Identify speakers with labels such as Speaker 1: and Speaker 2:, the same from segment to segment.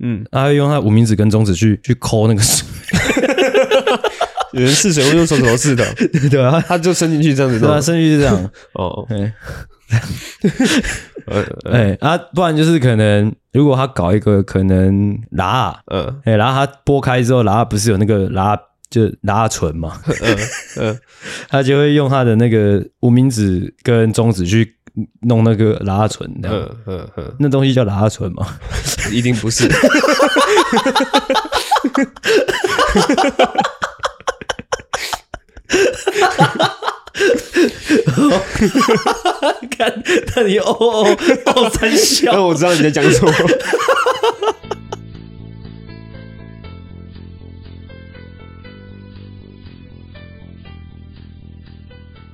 Speaker 1: 嗯，
Speaker 2: 他会用他的无名指跟中指去 去抠那个水，
Speaker 1: 有人试水会用手指头试的，
Speaker 2: 对啊，
Speaker 1: 他就伸进去这样子
Speaker 2: 对啊，
Speaker 1: 弄。
Speaker 2: 甚至是这样，
Speaker 1: 哦，
Speaker 2: 哎
Speaker 1: 呃
Speaker 2: 哎啊，不然就是可能如果他搞一个可能拉，
Speaker 1: 呃
Speaker 2: 哎、然后它剥开之后，然后不是有那个拉就拉唇 嘛，嗯
Speaker 1: 呃，
Speaker 2: 他就会用他的那个无名指跟中指去弄那个拉唇，这样、
Speaker 1: 嗯嗯嗯，
Speaker 2: 那东西叫拉唇嘛，
Speaker 1: 一定不 是。
Speaker 2: 看，那你哦哦哦三
Speaker 1: 但
Speaker 2: 笑，
Speaker 1: 我知道你在讲什么。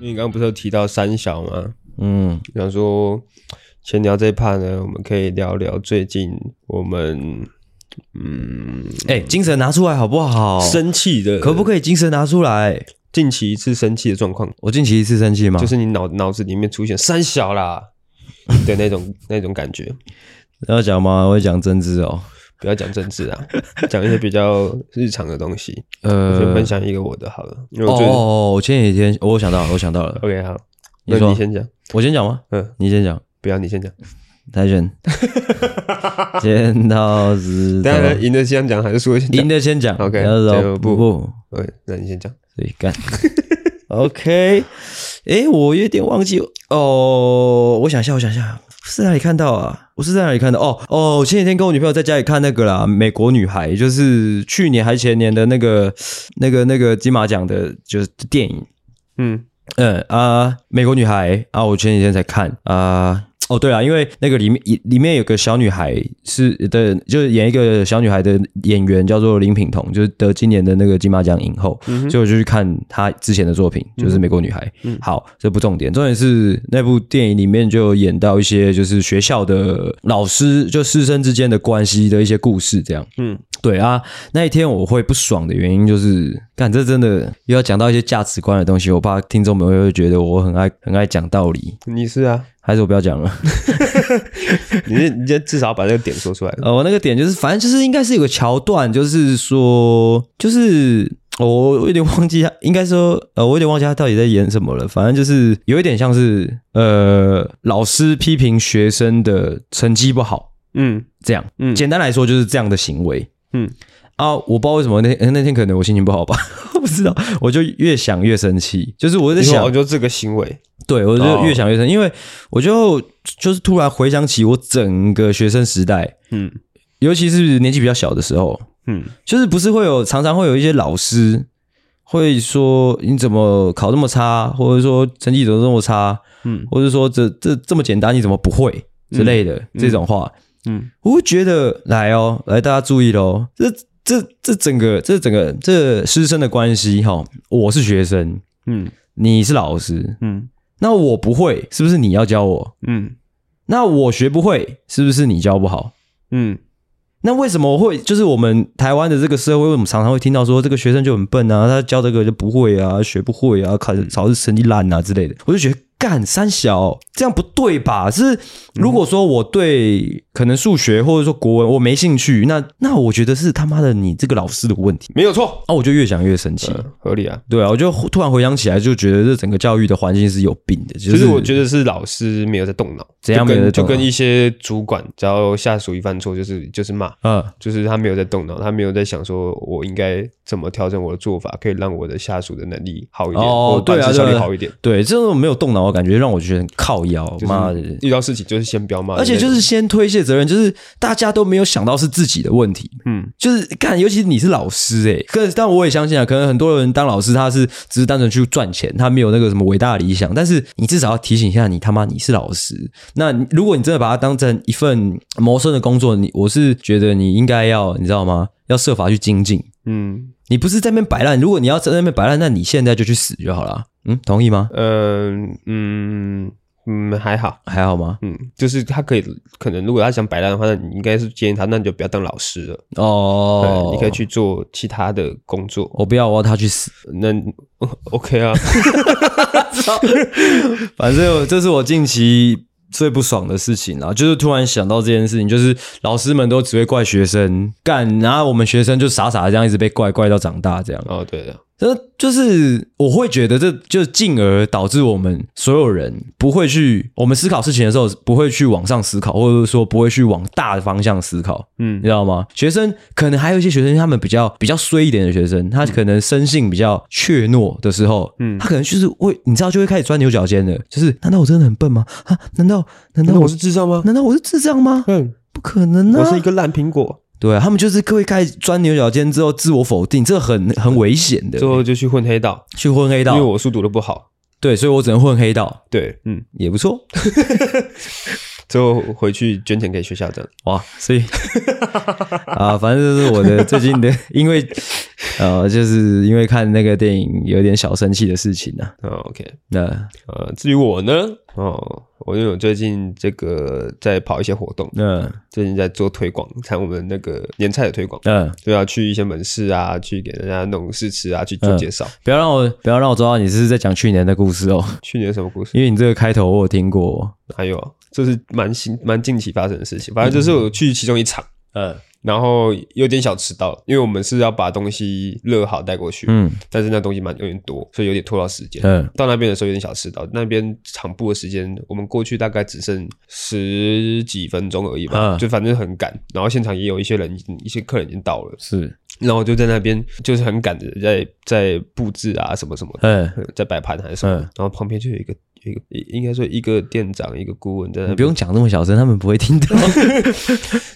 Speaker 1: 因为你刚刚不是有提到三小吗？
Speaker 2: 嗯
Speaker 1: 想说先聊这一趴呢，我们可以聊聊最近我们嗯
Speaker 2: 哎、精神拿出来好不好？
Speaker 1: 生气的，
Speaker 2: 可不可以精神拿出来？
Speaker 1: 近期一次生气的状况，
Speaker 2: 我近期一次生气吗？
Speaker 1: 就是你脑脑子里面出现三小 啦的那种那种感觉。
Speaker 2: 要讲吗？我会讲政治哦。
Speaker 1: 不要讲政 治啊，讲一些比较日常的东西。我先
Speaker 2: 呃
Speaker 1: 分，享一个我的好了，因为
Speaker 2: 哦
Speaker 1: 我觉得、
Speaker 2: 哦，哦我前几天我想到了，我想到了，
Speaker 1: OK 好，
Speaker 2: 你
Speaker 1: 那
Speaker 2: 说
Speaker 1: 你先讲，
Speaker 2: 我先讲吗？
Speaker 1: 嗯，
Speaker 2: 你先讲，
Speaker 1: 不要你先讲，
Speaker 2: 台 选，剪刀石头
Speaker 1: 当。然赢的先讲还是输的先讲
Speaker 2: 赢？的先讲
Speaker 1: OK，
Speaker 2: 然后
Speaker 1: 这
Speaker 2: 说
Speaker 1: 个
Speaker 2: 不
Speaker 1: 不
Speaker 2: 不，
Speaker 1: 对，那你先讲。
Speaker 2: 所以 干。OK，诶，我有点忘记哦，我想一下，我想一下，我是在哪里看到啊？我是在哪里看到？哦哦，前几天跟我女朋友在家里看那个啦，《美国女孩》，就是去年还前年的那个、那个、那个金马奖的，就是电影。
Speaker 1: 嗯
Speaker 2: 嗯啊、美国女孩啊，我前几天才看啊、哦，对了，因为那个里面里面有个小女孩是的，就是演一个小女孩的演员叫做林品彤，就是得今年的那个金马奖影后，所以我就去看她之前的作品，就是《美国女孩》好，这不重点，重点是那部电影里面就有演到一些就是学校的老师就师生之间的关系的一些故事，这样。
Speaker 1: 嗯，
Speaker 2: 对啊，那一天我会不爽的原因就是，干这真的又要讲到一些价值观的东西，我怕听众们会觉得我很爱很爱讲道理，
Speaker 1: 你是啊，
Speaker 2: 还是我不要讲了。
Speaker 1: 你是你先至少把这个点说出来。
Speaker 2: 呃，我那个点就是，反正就是应该是有个桥段，就是说，就是我我有点忘记他，应该说，呃，我有点忘记他到底在演什么了。反正就是有一点像是，呃，老师批评学生的成绩不好，
Speaker 1: 嗯
Speaker 2: 这样，
Speaker 1: 嗯
Speaker 2: 简单来说就是这样的行为。
Speaker 1: 嗯
Speaker 2: 啊，我不知道为什么那天那天可能我心情不好吧， 我不知道，我就越想越生气，就是我在
Speaker 1: 你
Speaker 2: 想
Speaker 1: 想，，哦就这个行为，
Speaker 2: 对我就
Speaker 1: 哦
Speaker 2: 越想越生气，因为我就就是突然回想起我整个学生时代，
Speaker 1: 嗯
Speaker 2: 尤其是年纪比较小的时候，
Speaker 1: 嗯
Speaker 2: 就是不是会有常常会有一些老师会说你怎么考那么差，或者说成绩怎么这么差，
Speaker 1: 嗯
Speaker 2: 或者说这这这么简单你怎么不会之类的、这种话，
Speaker 1: 嗯
Speaker 2: 我会觉得来哦，来大家注意喽，这这这整个这整个这师生的关系哈，我是学生，
Speaker 1: 嗯
Speaker 2: 你是老师，
Speaker 1: 嗯
Speaker 2: 那我不会，是不是你要教我？
Speaker 1: 嗯
Speaker 2: 那我学不会，是不是你教不好？
Speaker 1: 嗯
Speaker 2: 那为什么会就是我们台湾的这个社会，为什么常常会听到说这个学生就很笨啊，他教这个就不会啊，学不会啊，考考试成绩烂啊之类的？我就觉得干三小这样不对吧？是如果说我对可能数学或者说国文我没兴趣，那 那我觉得是他妈的你这个老师的问题
Speaker 1: 没有错，
Speaker 2: 啊，我就越想越生气。
Speaker 1: 嗯，合理啊。
Speaker 2: 对啊，我就突然回想起来，就觉得这整个教育的环境是有病的。就
Speaker 1: 其
Speaker 2: 是
Speaker 1: 实我觉得是老师没有在动脑，
Speaker 2: 怎样
Speaker 1: 就
Speaker 2: 没有在
Speaker 1: 跟
Speaker 2: 动脑
Speaker 1: 就跟一些主管，只要下属一犯错，就是就是骂，
Speaker 2: 嗯，
Speaker 1: 就是他没有在动脑，他没有在想说我应该怎么调整我的做法，可以让我的下属的能力好一点，
Speaker 2: 哦
Speaker 1: 我的办
Speaker 2: 对啊
Speaker 1: 事效
Speaker 2: 对
Speaker 1: 率
Speaker 2: 啊
Speaker 1: 好一点。
Speaker 2: 对，这种没有动脑的感觉让我觉得很靠腰，
Speaker 1: 就是
Speaker 2: 妈的！
Speaker 1: 遇到事情就是先不要骂的
Speaker 2: 而
Speaker 1: 那种，
Speaker 2: 且就是先推卸责任，就是大家都没有想到是自己的问题，
Speaker 1: 嗯
Speaker 2: 就是看，尤其是你是老师哎、欸，可但我也相信啊，可能很多人当老师他是只是单纯去赚钱，他没有那个什么伟大的理想，但是你至少要提醒一下你他妈你是老师，那你如果你真的把它当成一份谋生的工作，你我是觉得你应该要你知道吗？要设法去精进，
Speaker 1: 嗯
Speaker 2: 你不是在那边摆烂，如果你要在那边摆烂，那你现在就去死就好了，嗯，同意吗？
Speaker 1: 嗯嗯嗯还好，
Speaker 2: 还好吗？
Speaker 1: 嗯，就是他可以可能如果他想摆烂的话，那你应该是建议他，那你就不要当老师了，
Speaker 2: 哦
Speaker 1: 对，你可以去做其他的工作。
Speaker 2: 我不要，我要他去死。
Speaker 1: 那 OK 啊，
Speaker 2: 反正我这是我近期最不爽的事情啦，就是突然想到这件事情，就是老师们都只会怪学生干，然后我们学生就傻傻的这样一直被怪怪到长大这样。
Speaker 1: 哦，对的，
Speaker 2: 这就是我会觉得这就进而导致我们所有人不会去我们思考事情的时候不会去往上思考，或者说不会去往大的方向思考，你
Speaker 1: 嗯
Speaker 2: 知道吗？学生可能还有一些学生，他们比较比较衰一点的学生，他可能生性比较怯懦的时候，
Speaker 1: 嗯
Speaker 2: 他可能就是会你知道就会开始钻牛角尖的，就是难道我真的很笨吗？啊，难道难道我是
Speaker 1: 智障吗？
Speaker 2: 难道我是智障 吗？
Speaker 1: 嗯，
Speaker 2: 不可能啊！
Speaker 1: 我是一个烂苹果，
Speaker 2: 对啊他们就是会开始钻牛角尖之后自我否定，这很很危险的
Speaker 1: 最，后就去混黑道，
Speaker 2: 去混黑
Speaker 1: 因
Speaker 2: 道
Speaker 1: 为。我书读的不好。
Speaker 2: 对，所以我只能混黑道，
Speaker 1: 对，嗯，
Speaker 2: 也不错
Speaker 1: 最后回去捐钱给学校这样。
Speaker 2: 哇。所以 啊，反正这是我的最近的，因为呃，就是因为看那个电影有点小生气的事情啊。
Speaker 1: 哦，OK，
Speaker 2: 那
Speaker 1: 呃，至于我呢，哦，我因为我最近这个在跑一些活动，
Speaker 2: 那
Speaker 1: 最近在做推广，看我们那个年菜的推广，
Speaker 2: 嗯，
Speaker 1: 就要去一些门市啊，去给人家弄试吃啊，去做介绍。
Speaker 2: 不要让我不要让我知道你是在讲去年的故事哦，
Speaker 1: 去年什么故事？
Speaker 2: 因为你这个开头我有听过。哦
Speaker 1: 还有啊，这是蛮新蛮近期发生的事情，反正就是我去其中一场。
Speaker 2: 嗯
Speaker 1: 然后有点小迟到，因为我们是要把东西热好带过去，
Speaker 2: 嗯
Speaker 1: 但是那东西蛮有点多，所以有点拖到时间。
Speaker 2: 嗯
Speaker 1: 到那边的时候有点小迟到，那边场部的时间我们过去大概只剩十几分钟而已吧，
Speaker 2: 嗯
Speaker 1: 就反正很赶。然后现场也有一些人已经，一些客人已经到了，
Speaker 2: 是
Speaker 1: 然后我就在那边就是很赶的在在布置啊什么什么的，
Speaker 2: 嗯，
Speaker 1: 在摆盘还是什么的。
Speaker 2: 嗯
Speaker 1: 然后旁边就有一个有一个应该说一个店长一个顾问在那
Speaker 2: 你
Speaker 1: 边
Speaker 2: 不用讲这么小声，他们不会听到。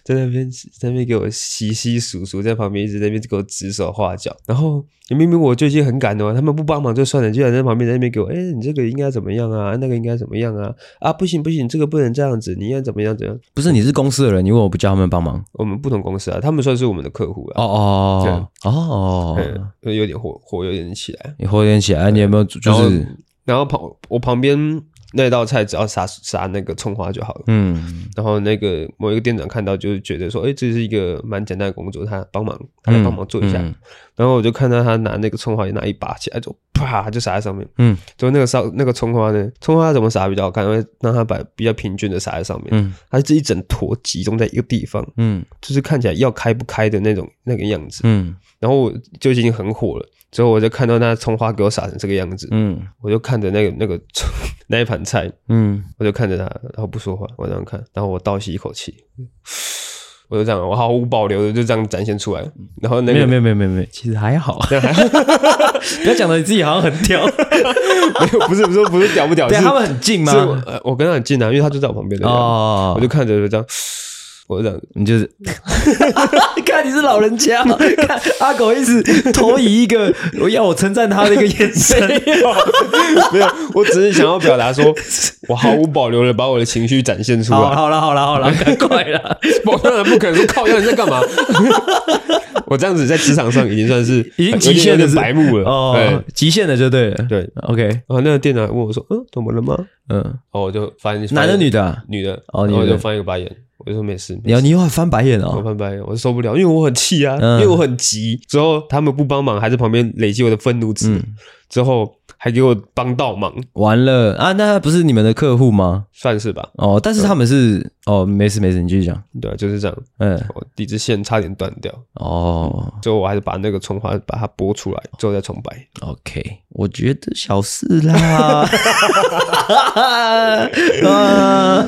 Speaker 1: 在那边在那边给我稀稀疏疏，在旁边一直在那边给我指手画脚，然后明明我就已经很赶了，他们不帮忙就算了，居然在旁边在那边给我，哎、你这个应该怎么样啊？那个应该怎么样啊？啊，不行不行，这个不能这样子，你应该怎么样怎么样？
Speaker 2: 不是你是公司的人，你问我不叫他们帮忙？
Speaker 1: 我们不同公司啊，他们算是我们的客户
Speaker 2: 哦
Speaker 1: 啊，
Speaker 2: 哦哦哦，
Speaker 1: 嗯，有点火火有点起来，
Speaker 2: 你火点起来，啊你有没有就
Speaker 1: 然后
Speaker 2: 是
Speaker 1: 然后旁我旁边那道菜只要撒撒那个葱花就好了。
Speaker 2: 嗯
Speaker 1: 然后那个某一个店长看到，就是觉得说，哎、这是一个蛮简单的工作，他帮忙，他来帮忙做一下。
Speaker 2: 嗯嗯
Speaker 1: 然后我就看到他拿那个葱花，也拿一把起来，就啪就撒在上面。
Speaker 2: 嗯
Speaker 1: 就那个烧那个葱花呢，葱花怎么撒比较好看？因为让它把比较平均的撒在上面。
Speaker 2: 嗯
Speaker 1: 它是一整坨集中在一个地方，
Speaker 2: 嗯
Speaker 1: 就是看起来要开不开的那种那个样子。
Speaker 2: 嗯
Speaker 1: 然后我就已经很火了，之后我就看到那葱花给我撒成这个样子，
Speaker 2: 嗯
Speaker 1: 我就看着那个那个葱 那一盘菜，
Speaker 2: 嗯，
Speaker 1: 我就看着他，然后不说话，我这样看，然后我倒吸一口气， 我就这样，我毫无保留的就这样展现出来。然后那
Speaker 2: 嗯没有
Speaker 1: 个
Speaker 2: 没有没有没有没有，其实还好， 不要讲的你自己好像很屌，
Speaker 1: 不是不是不是屌不屌，
Speaker 2: 对，
Speaker 1: 是
Speaker 2: 他们很近
Speaker 1: 是我
Speaker 2: 吗？
Speaker 1: 呃我跟他很近啊，因为他就在我旁边的，
Speaker 2: 哦
Speaker 1: 我，就看着就这样， 我就这样，
Speaker 2: 你 就是， 看你是老人家，看阿狗一直投以一个我要我称赞他的一个眼 神，
Speaker 1: 没有，我只是想要表达说， 我毫无保留的把我的情绪展现出
Speaker 2: 好，
Speaker 1: 来。
Speaker 2: 好了，好了，好 了，赶快了，
Speaker 1: 我当然不可能说靠，要你在干嘛？ 我这样子在职场上已经算是
Speaker 2: 已经
Speaker 1: 有
Speaker 2: 极
Speaker 1: 点
Speaker 2: 限
Speaker 1: 有
Speaker 2: 的
Speaker 1: 点白目了。
Speaker 2: 哦
Speaker 1: 对，
Speaker 2: 极限的就对了，
Speaker 1: 对，
Speaker 2: ，OK，
Speaker 1: 然后那个店长问我说：“嗯，怎么了吗？”
Speaker 2: 嗯，
Speaker 1: 然后我就翻
Speaker 2: 男的
Speaker 1: 翻
Speaker 2: 女的啊，
Speaker 1: 女的，
Speaker 2: 哦
Speaker 1: 然后我
Speaker 2: 女的
Speaker 1: 就翻一个白眼，我就说没事，没
Speaker 2: 你要
Speaker 1: 事
Speaker 2: 你又要翻白眼
Speaker 1: 我
Speaker 2: 哦，
Speaker 1: 翻白眼，我受不了，因为我很气啊，
Speaker 2: 嗯
Speaker 1: 因为我很急。之后他们不帮忙，还在旁边累积我的愤怒值，
Speaker 2: 嗯
Speaker 1: 之后还给我帮倒忙，
Speaker 2: 完了啊，那他不是你们的客户吗？
Speaker 1: 算是吧，
Speaker 2: 哦，但是他们是哦，没事没事，你继续讲，
Speaker 1: 对啊，就是这样。
Speaker 2: 嗯，
Speaker 1: 我第一支线差点断掉，
Speaker 2: 哦
Speaker 1: 最后我还是把那个葱花把它剥出来，之后再重摆。
Speaker 2: ，OK，我觉得小事啦， 啊，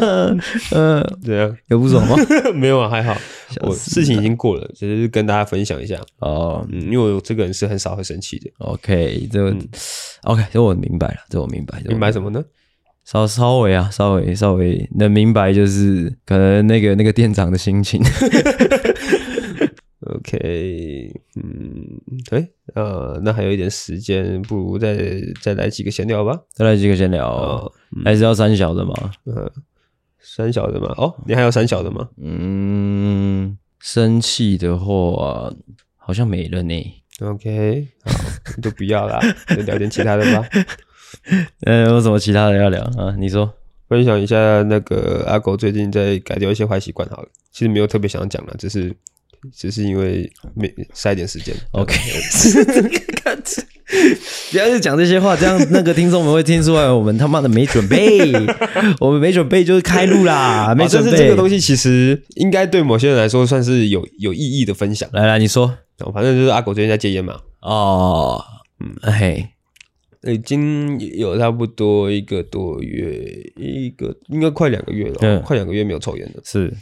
Speaker 2: 呃，
Speaker 1: 怎样？
Speaker 2: 有不 爽吗？
Speaker 1: 没有啊，还好，
Speaker 2: 小
Speaker 1: 我
Speaker 2: 事
Speaker 1: 事情已经过了，只是跟大家分享一下。
Speaker 2: 哦
Speaker 1: 嗯，因为我这个人是很少会生气的。
Speaker 2: ，OK，这个 OK，这我明白了，这我嗯明白，这我
Speaker 1: 明白什么呢？
Speaker 2: 稍稍微啊，稍微稍微能明白，就是可能那个那个店长的心情。
Speaker 1: OK，嗯，哎，呃，那还有一点时间，不如再再来几个闲聊吧。
Speaker 2: 再来几个闲聊，
Speaker 1: 哦，
Speaker 2: 还是要三小的嘛？
Speaker 1: 呃，三小的嘛，哦，你还有三小的吗？
Speaker 2: 嗯，生气的话好像没了呢。
Speaker 1: OK，好，就不要啦， 就聊点其他的吧。
Speaker 2: 呃，有什么其他的要聊啊？你说
Speaker 1: 分享一下那个阿狗最近在改掉一些坏习惯好了。其实没有特别想讲了，只是只是因为没塞一点时间。
Speaker 2: OK，不要去讲这些话，这样那个听众们会听出来我们他妈的没准 备，我们没准备就是开路啦，没
Speaker 1: 啊但
Speaker 2: 准
Speaker 1: 是
Speaker 2: 备。
Speaker 1: 这个东西其实应该对某些人来说算是有有意义的分享。
Speaker 2: 来来，你说
Speaker 1: 哦反正就是阿狗最近在戒烟嘛，
Speaker 2: 哦，嗯，嘿，
Speaker 1: 已经有差不多一个多月，一个应该快两个月了，
Speaker 2: 嗯
Speaker 1: 快两个月没有抽烟了。
Speaker 2: 是，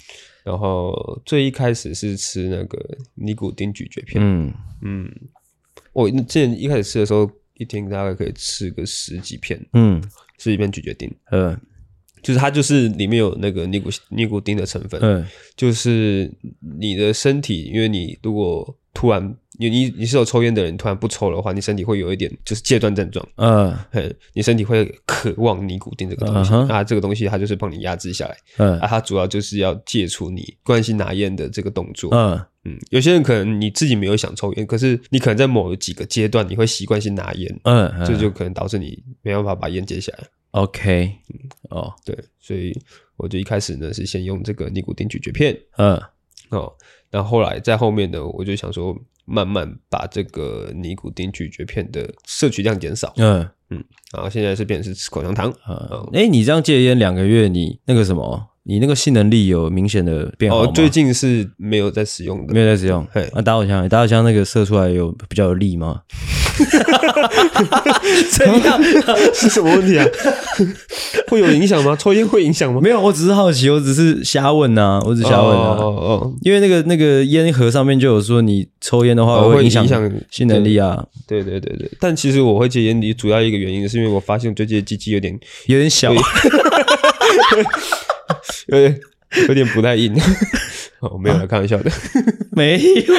Speaker 1: 然后最一开始是吃那个尼古丁咀嚼片，
Speaker 2: 嗯，
Speaker 1: 嗯，我之前一开始吃的时候，一天大概可以吃个十几片，
Speaker 2: 嗯，
Speaker 1: 十几片咀嚼丁，
Speaker 2: 呃，
Speaker 1: 就是它就是里面有那个尼古尼古丁的成分，
Speaker 2: 嗯，
Speaker 1: 就是你的身体，因为你如果突然你你你是有抽烟的人，突然不抽的话，你身体会有一点就是戒断症状。
Speaker 2: 呃，
Speaker 1: 嘿，你身体会渴望尼古丁这个东西，
Speaker 2: 嗯哼
Speaker 1: 那、这个东西它就是帮你压制下来，啊，
Speaker 2: 嗯，
Speaker 1: 它主要就是要戒除你惯性拿烟的这个动作。
Speaker 2: 嗯，
Speaker 1: 嗯，有些人可能你自己没有想抽烟，可是你可能在某几个阶段你会习惯性拿烟，
Speaker 2: 嗯，
Speaker 1: 这就可能导致你没办法把烟戒下来。
Speaker 2: OK，哦，
Speaker 1: 对，所以我就一开始呢是先用这个尼古丁咀嚼片
Speaker 2: 嗯，
Speaker 1: 哦，然后后来在后面呢，我就想说慢慢把这个尼古丁咀嚼片的摄取量减少，
Speaker 2: 嗯，
Speaker 1: 然后现在是变成是吃口香糖。
Speaker 2: 呃，哎，你这样戒烟两个月，你那个什么，你那个性能力有明显的变好
Speaker 1: 哦
Speaker 2: 吗，？
Speaker 1: 最近是没有在使用的，
Speaker 2: 没有在使用
Speaker 1: 嘿。
Speaker 2: 那打火枪，打火枪那个射出来有比较有力吗？怎样？
Speaker 1: 是什么问 题啊？会有影响吗？抽烟会影响吗？
Speaker 2: 没有，我只是好奇，我只是瞎问呐、我只是瞎问
Speaker 1: 哦
Speaker 2: 啊。
Speaker 1: 哦
Speaker 2: 因为那个那个烟盒上面就有说，你抽烟的话
Speaker 1: 哦会
Speaker 2: 影
Speaker 1: 影
Speaker 2: 响
Speaker 1: 响
Speaker 2: 性能力啊，
Speaker 1: 哦，对对对对。但其实我会戒烟，你主要一个原因是因为我发现我最近的鸡鸡有点
Speaker 2: 有点小。
Speaker 1: 有点有点不太硬。 哦，没有
Speaker 2: 啊
Speaker 1: 啦，开玩笑的。
Speaker 2: 没有，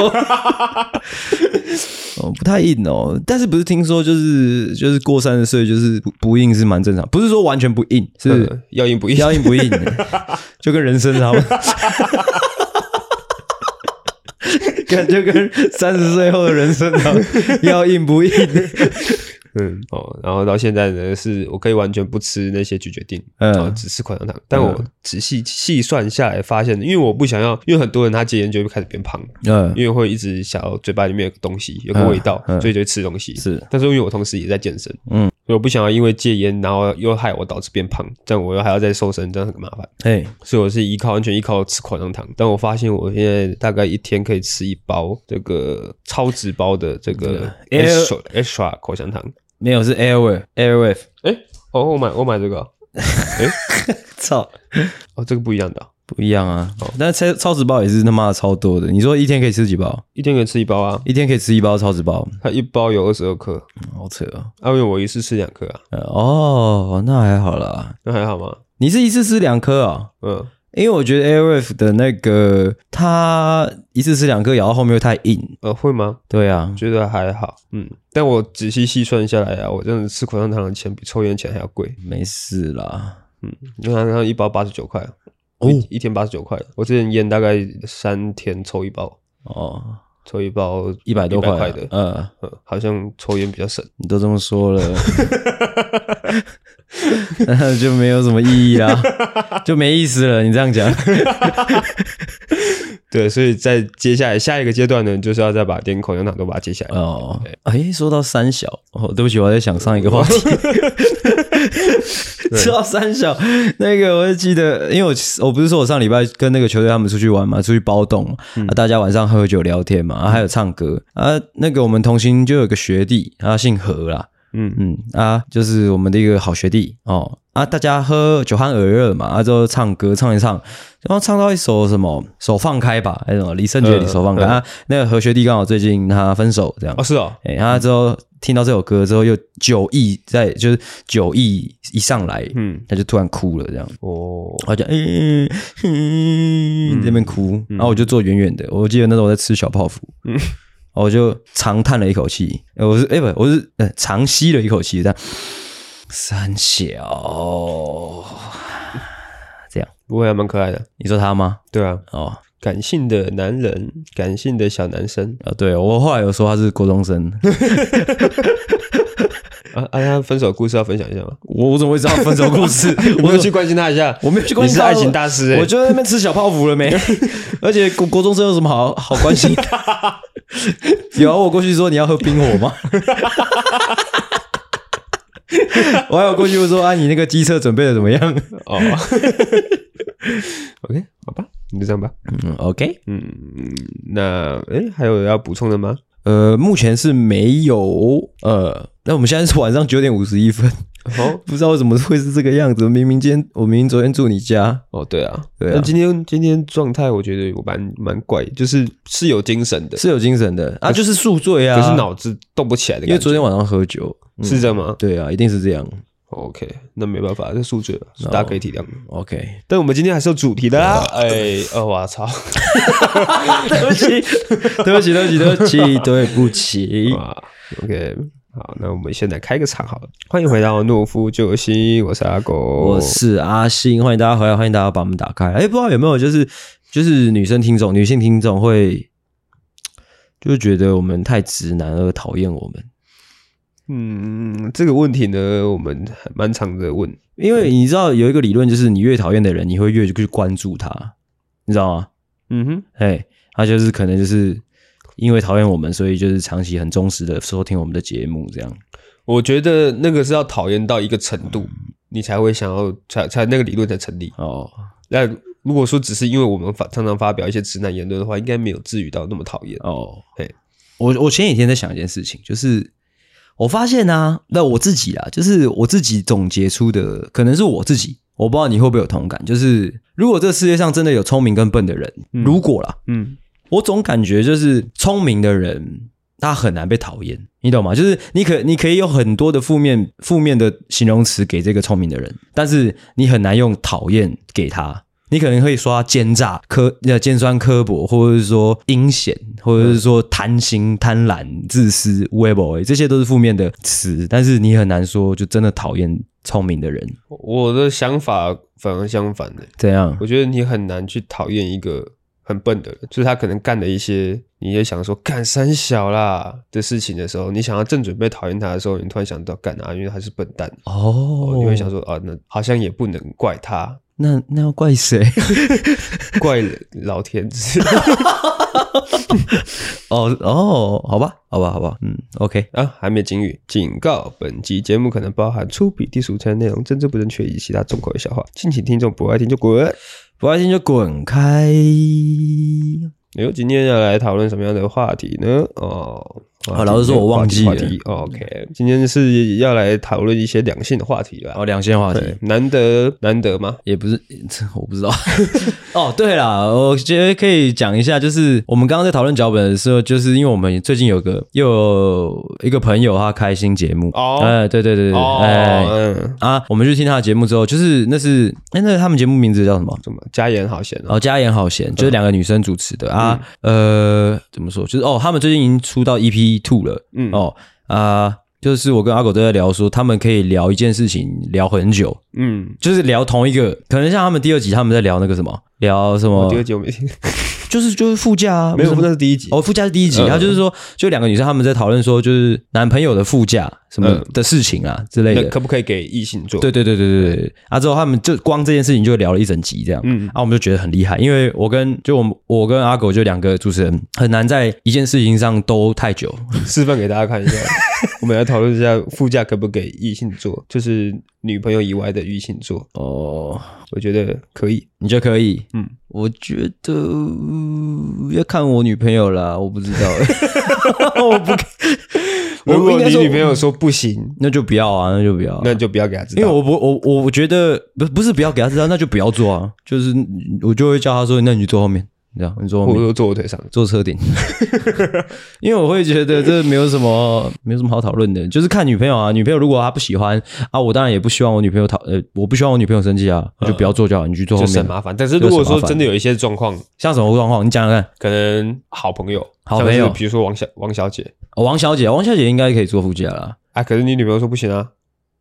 Speaker 2: 哦，不太硬哦。但是不是听说就是就是过三十岁就是不不硬是蛮正常，不是说完全不硬，是
Speaker 1: 嗯要硬不硬？
Speaker 2: 要硬 不硬，就跟人生差不多。感觉 跟三十岁后的人生差不 多，要硬不硬？
Speaker 1: 嗯哦，然后到现在呢，是我可以完全不吃那些咀嚼定，
Speaker 2: 嗯
Speaker 1: 嗯，只吃口香糖。但我仔细细算下来，发现，因为我不想要，因为很多人他戒烟就会开始变胖，
Speaker 2: 嗯，
Speaker 1: 因为会一直想要嘴巴里面有个东西，有个味道，
Speaker 2: 嗯嗯
Speaker 1: 所以就会吃东西。
Speaker 2: 是，
Speaker 1: 但是因为我同时也在健身，
Speaker 2: 嗯，
Speaker 1: 所以我不想要因为戒烟，然后又害我导致变胖，这样我又还要再瘦身，这样很麻烦。
Speaker 2: 嘿，
Speaker 1: 所以我是依靠完全依靠吃口香糖，但我发现我现在大概一天可以吃一包这个超值包的这个
Speaker 2: 对啊
Speaker 1: extra extra 口香糖。
Speaker 2: 没有是 airwave airwave，
Speaker 1: 哎、哦，我买我买这个，
Speaker 2: 操，
Speaker 1: 哦，这个不一样的啊、
Speaker 2: 不一样啊！但是超超值包也是他妈的超多的，你说一天可以吃几包？
Speaker 1: 一天可以吃一包啊，
Speaker 2: 一天可以吃一包超值包，
Speaker 1: 它一包有二十二克，
Speaker 2: 好扯哦。
Speaker 1: 啊，因为我一次吃两颗啊，
Speaker 2: 呃哦，那还好啦。
Speaker 1: 那还好吗？
Speaker 2: 你是一次吃两颗啊？
Speaker 1: 嗯，
Speaker 2: 因为我觉得 Airwave 的那个，它一次吃两颗，咬到后面又太硬。
Speaker 1: 呃，会吗？
Speaker 2: 对啊，
Speaker 1: 觉得还好，嗯，但我仔细细算下来啊，我真的吃口香糖的钱比抽烟钱还要贵，
Speaker 2: 没事啦。
Speaker 1: 嗯，你看它一包八十九块，
Speaker 2: 哦
Speaker 1: 一一天八十九块，我之前烟大概三天抽一包，
Speaker 2: 哦，
Speaker 1: 抽一包
Speaker 2: 一百多块
Speaker 1: 100
Speaker 2: 啊
Speaker 1: 块的，
Speaker 2: 呃，
Speaker 1: 嗯，好像抽烟比较省，
Speaker 2: 你都这么说了， 那就没有什么意义啦，就没意思了。你这样讲，
Speaker 1: 对，所以在接下来下一个阶段呢，就是要再把点口香糖都把它戒下来。
Speaker 2: 哦，哎，说到三小，哦，对不起，我在想上一个话题。说到三小，那个我就记得，因为我我不是说我上礼拜跟那个球队他们出去玩嘛，出去包栋嘛，啊，大家晚上喝酒聊天嘛，啊，还有唱歌啊。那个我们同行就有个学弟，他姓何啦，
Speaker 1: 嗯，
Speaker 2: 嗯啊，就是我们的一个好学弟哦啊，大家喝酒酣耳热嘛，啊之后唱歌唱一唱，然后唱到一首什么手放开吧，还是什么李圣杰的手放开、
Speaker 1: 嗯嗯
Speaker 2: 啊，那个何学弟刚好最近他分手这样
Speaker 1: 哦，，是哦，
Speaker 2: 哎、他之后听到这首歌之后又酒意在就是酒意一上来，
Speaker 1: 嗯，
Speaker 2: 他就突然哭了这样。
Speaker 1: 哦，
Speaker 2: 他就嗯嗯，在那边哭，然后我就坐远远的。我记得那时候我在吃小泡芙，嗯，我就长叹了一口气，呃我是哎、不，我是呃长吸了一口气，这样三小，这样。
Speaker 1: 不会还蛮可爱的，
Speaker 2: 你说他吗？
Speaker 1: 对啊，
Speaker 2: 哦，
Speaker 1: 感性的男人，感性的小男生，
Speaker 2: 呃，对我后来有说他是国中生，
Speaker 1: 啊啊！他分手的故事要分享一下吗？？
Speaker 2: 我我怎么会知道分手故 事
Speaker 1: 我
Speaker 2: 我
Speaker 1: 有去关心他一下，
Speaker 2: 我没有去关
Speaker 1: 你
Speaker 2: 心
Speaker 1: 是
Speaker 2: 他
Speaker 1: 爱情大师、欸，
Speaker 2: 我就在那边吃小泡芙了 没？而且国国中生有什么好好关心？有啊，我过去说你要喝冰火 吗？我还有过去问说啊，你那个机车准备的怎么样？
Speaker 1: 哦，OK，好吧，你就这样吧。
Speaker 2: 嗯，OK，
Speaker 1: 嗯，那诶，还有要补充的吗？
Speaker 2: 呃，目前是没有，呃，那我们现在是晚上九点五十一分，
Speaker 1: 哦
Speaker 2: 不知道为什么会是这个样子。明明今天我明明昨天住你家，
Speaker 1: 哦，对啊，
Speaker 2: 对啊
Speaker 1: 但今天今天状态我觉得我蛮蛮怪，就是是有精神的，
Speaker 2: 是有精神的啊，就是宿醉啊，
Speaker 1: 可是脑子动不起来的
Speaker 2: 因为
Speaker 1: 感觉，
Speaker 2: 昨天晚上喝酒，嗯
Speaker 1: 是这样吗、
Speaker 2: 对啊，一定是这样。
Speaker 1: o k 那没办法，这宿醉了，大家可以体谅的。
Speaker 2: OK，
Speaker 1: 但我们今天还是有主题的啦，哎，哦，我操，
Speaker 2: 对不起，对不起，对不起，对不起，对不起。
Speaker 1: 哇，OK。好，那我们先来开个场好了。欢迎回到《懦夫救星》，我是阿狗，
Speaker 2: 我是阿星，欢迎大家回来，欢迎大家把门打开。哎，不知道有没有就是就是女生听众、女性听众会就是觉得我们太直男而讨厌我们，
Speaker 1: 嗯，这个问题呢，我们还蛮常的问，
Speaker 2: 因为你知道有一个理论，就是你越讨厌的人，你会越去关注他，你知道吗？
Speaker 1: 嗯哼，
Speaker 2: 哎，他就是可能就是因为讨厌我们，所以就是长期很忠实的收听我们的节目，这样。
Speaker 1: 我觉得那个是要讨厌到一个程度，你才会想要才才那个理论才成立。
Speaker 2: 哦，
Speaker 1: 那如果说只是因为我们发常常发表一些直男言论的话，应该没有至于到那么讨厌。
Speaker 2: 哦，
Speaker 1: 嘿
Speaker 2: 我我前几天在想一件事情，就是我发现啊，那我自己啊，就是我自己总结出的，可能是我自己，我不知道你会不会有同感，就是如果这世界上真的有聪明跟笨的人，如果啦，
Speaker 1: 嗯，
Speaker 2: 我总感觉就是聪明的人。他很难被讨厌，你懂吗？就是你可你可以有很多的负面负面的形容词给这个聪明的人，但是你很难用讨厌给他。你可能会说他奸诈、科呃尖酸刻薄，或者是说阴险，或者是说贪心、贪婪、自私、微博，这些都是负面的词，但是你很难说就真的讨厌聪明的人。
Speaker 1: 我的想法反而相反的，
Speaker 2: 这样？
Speaker 1: 我觉得你很难去讨厌一个很笨的人，就是他可能干了一些你也想说干三小啦的事情的时候，你想要正准备讨厌他的时候，你突然想到干啊，因为他是笨蛋。
Speaker 2: 哦
Speaker 1: 哦，你会想说啊，那好像也不能怪他，
Speaker 2: 那那要怪谁？
Speaker 1: 怪老天之
Speaker 2: 哦哦，好吧，好吧，好吧，嗯，OK。
Speaker 1: 啊。还没警语，警告：本集节目可能包含粗鄙、低俗、成人内容、政治不正确以及其他重口味笑话，敬请听众不爱听就滚。
Speaker 2: 不开心就滚开。
Speaker 1: 哎呦，今天要来讨论什么样的话题呢？哦，
Speaker 2: 好老实说我忘记了
Speaker 1: 话题。话题 OK，今天是要来讨论一些两性的话题啦。
Speaker 2: 哦，两线话
Speaker 1: 对
Speaker 2: 题，
Speaker 1: 难得难得吗？
Speaker 2: 也不是， 这我不知道。哦，对啦，我觉得可以讲一下，就是我们刚刚在讨论脚本的时候，就是因为我们最近有个又有一个朋友他开新节目，
Speaker 1: 哦
Speaker 2: 哎，对对对对，
Speaker 1: 哦，
Speaker 2: 哎、
Speaker 1: 嗯，
Speaker 2: 啊，我们去听他的节目之后，就是那是哎，那他们节目名字叫什么？
Speaker 1: 怎么加盐好咸哦？
Speaker 2: 哦，家妍好闲，
Speaker 1: 嗯
Speaker 2: 就是两个女生主持的啊。呃，怎么说？就是哦，他们最近已经出到 EP two 了。
Speaker 1: 嗯
Speaker 2: 嗯，哦啊、就是我跟阿狗都在聊说，他们可以聊一件事情聊很久，
Speaker 1: 嗯，
Speaker 2: 就是聊同一个，可能像他们第二集他们在聊那个什么，聊什么
Speaker 1: 哦我第，二集我没听，
Speaker 2: 就是就是副驾啊，
Speaker 1: 没有，
Speaker 2: 哦不是
Speaker 1: 那是第一集。
Speaker 2: 哦，副驾是第一集，
Speaker 1: 嗯
Speaker 2: 然后就是说，就两个女生他们在讨论说，就是男朋友的副驾什么
Speaker 1: 嗯
Speaker 2: 的事情啊之类
Speaker 1: 那
Speaker 2: 的，
Speaker 1: 可不可以给异性做？
Speaker 2: 对对对对对对对啊！之后他们就光这件事情就聊了一整集这样，
Speaker 1: 嗯
Speaker 2: 嗯，啊，我们就觉得很厉害，因为我跟就我们我跟阿狗就两个主持人很难在一件事情上都太久，
Speaker 1: 示范给大家看一 下。我们来讨论一下副驾可不可以异性做，就是女朋友以外的异性做，
Speaker 2: 哦，
Speaker 1: 我觉得可以。
Speaker 2: 你就可以，
Speaker 1: 嗯
Speaker 2: 嗯，我觉得呃要看我女朋友啦，我不知道、我不，我
Speaker 1: 如果
Speaker 2: 应该
Speaker 1: 你
Speaker 2: 说
Speaker 1: 女朋友说不行，
Speaker 2: 那就不要啊，那就不要啊、
Speaker 1: 那就不要给她知道，
Speaker 2: 因为我不我我我觉得不不是不要给他知道，那就不要做啊，就是我就会叫他说，那你就坐后面，你知道，你坐后
Speaker 1: 我
Speaker 2: 面。
Speaker 1: 都坐我腿上。
Speaker 2: 坐车顶， 因为我会觉得这没有什么没有什么好讨论的，就是看女朋友啊，女朋友如果她不喜欢啊，我当然也不希望我女朋友讨呃，我不希望我女朋友生气啊，我就不要做就好，你去坐后
Speaker 1: 嗯就省
Speaker 2: 面。
Speaker 1: 麻烦，但是如
Speaker 2: 哦就
Speaker 1: 果
Speaker 2: 省
Speaker 1: 说
Speaker 2: 麻烦
Speaker 1: 真的有一些状况，
Speaker 2: 像什么状况？你讲讲看，
Speaker 1: 可能好朋友，
Speaker 2: 好朋友
Speaker 1: 像是比如说王小王小姐
Speaker 2: 哦王小姐，王小姐应该可以坐副驾啦。
Speaker 1: 啊，可是你女朋友说不行啊，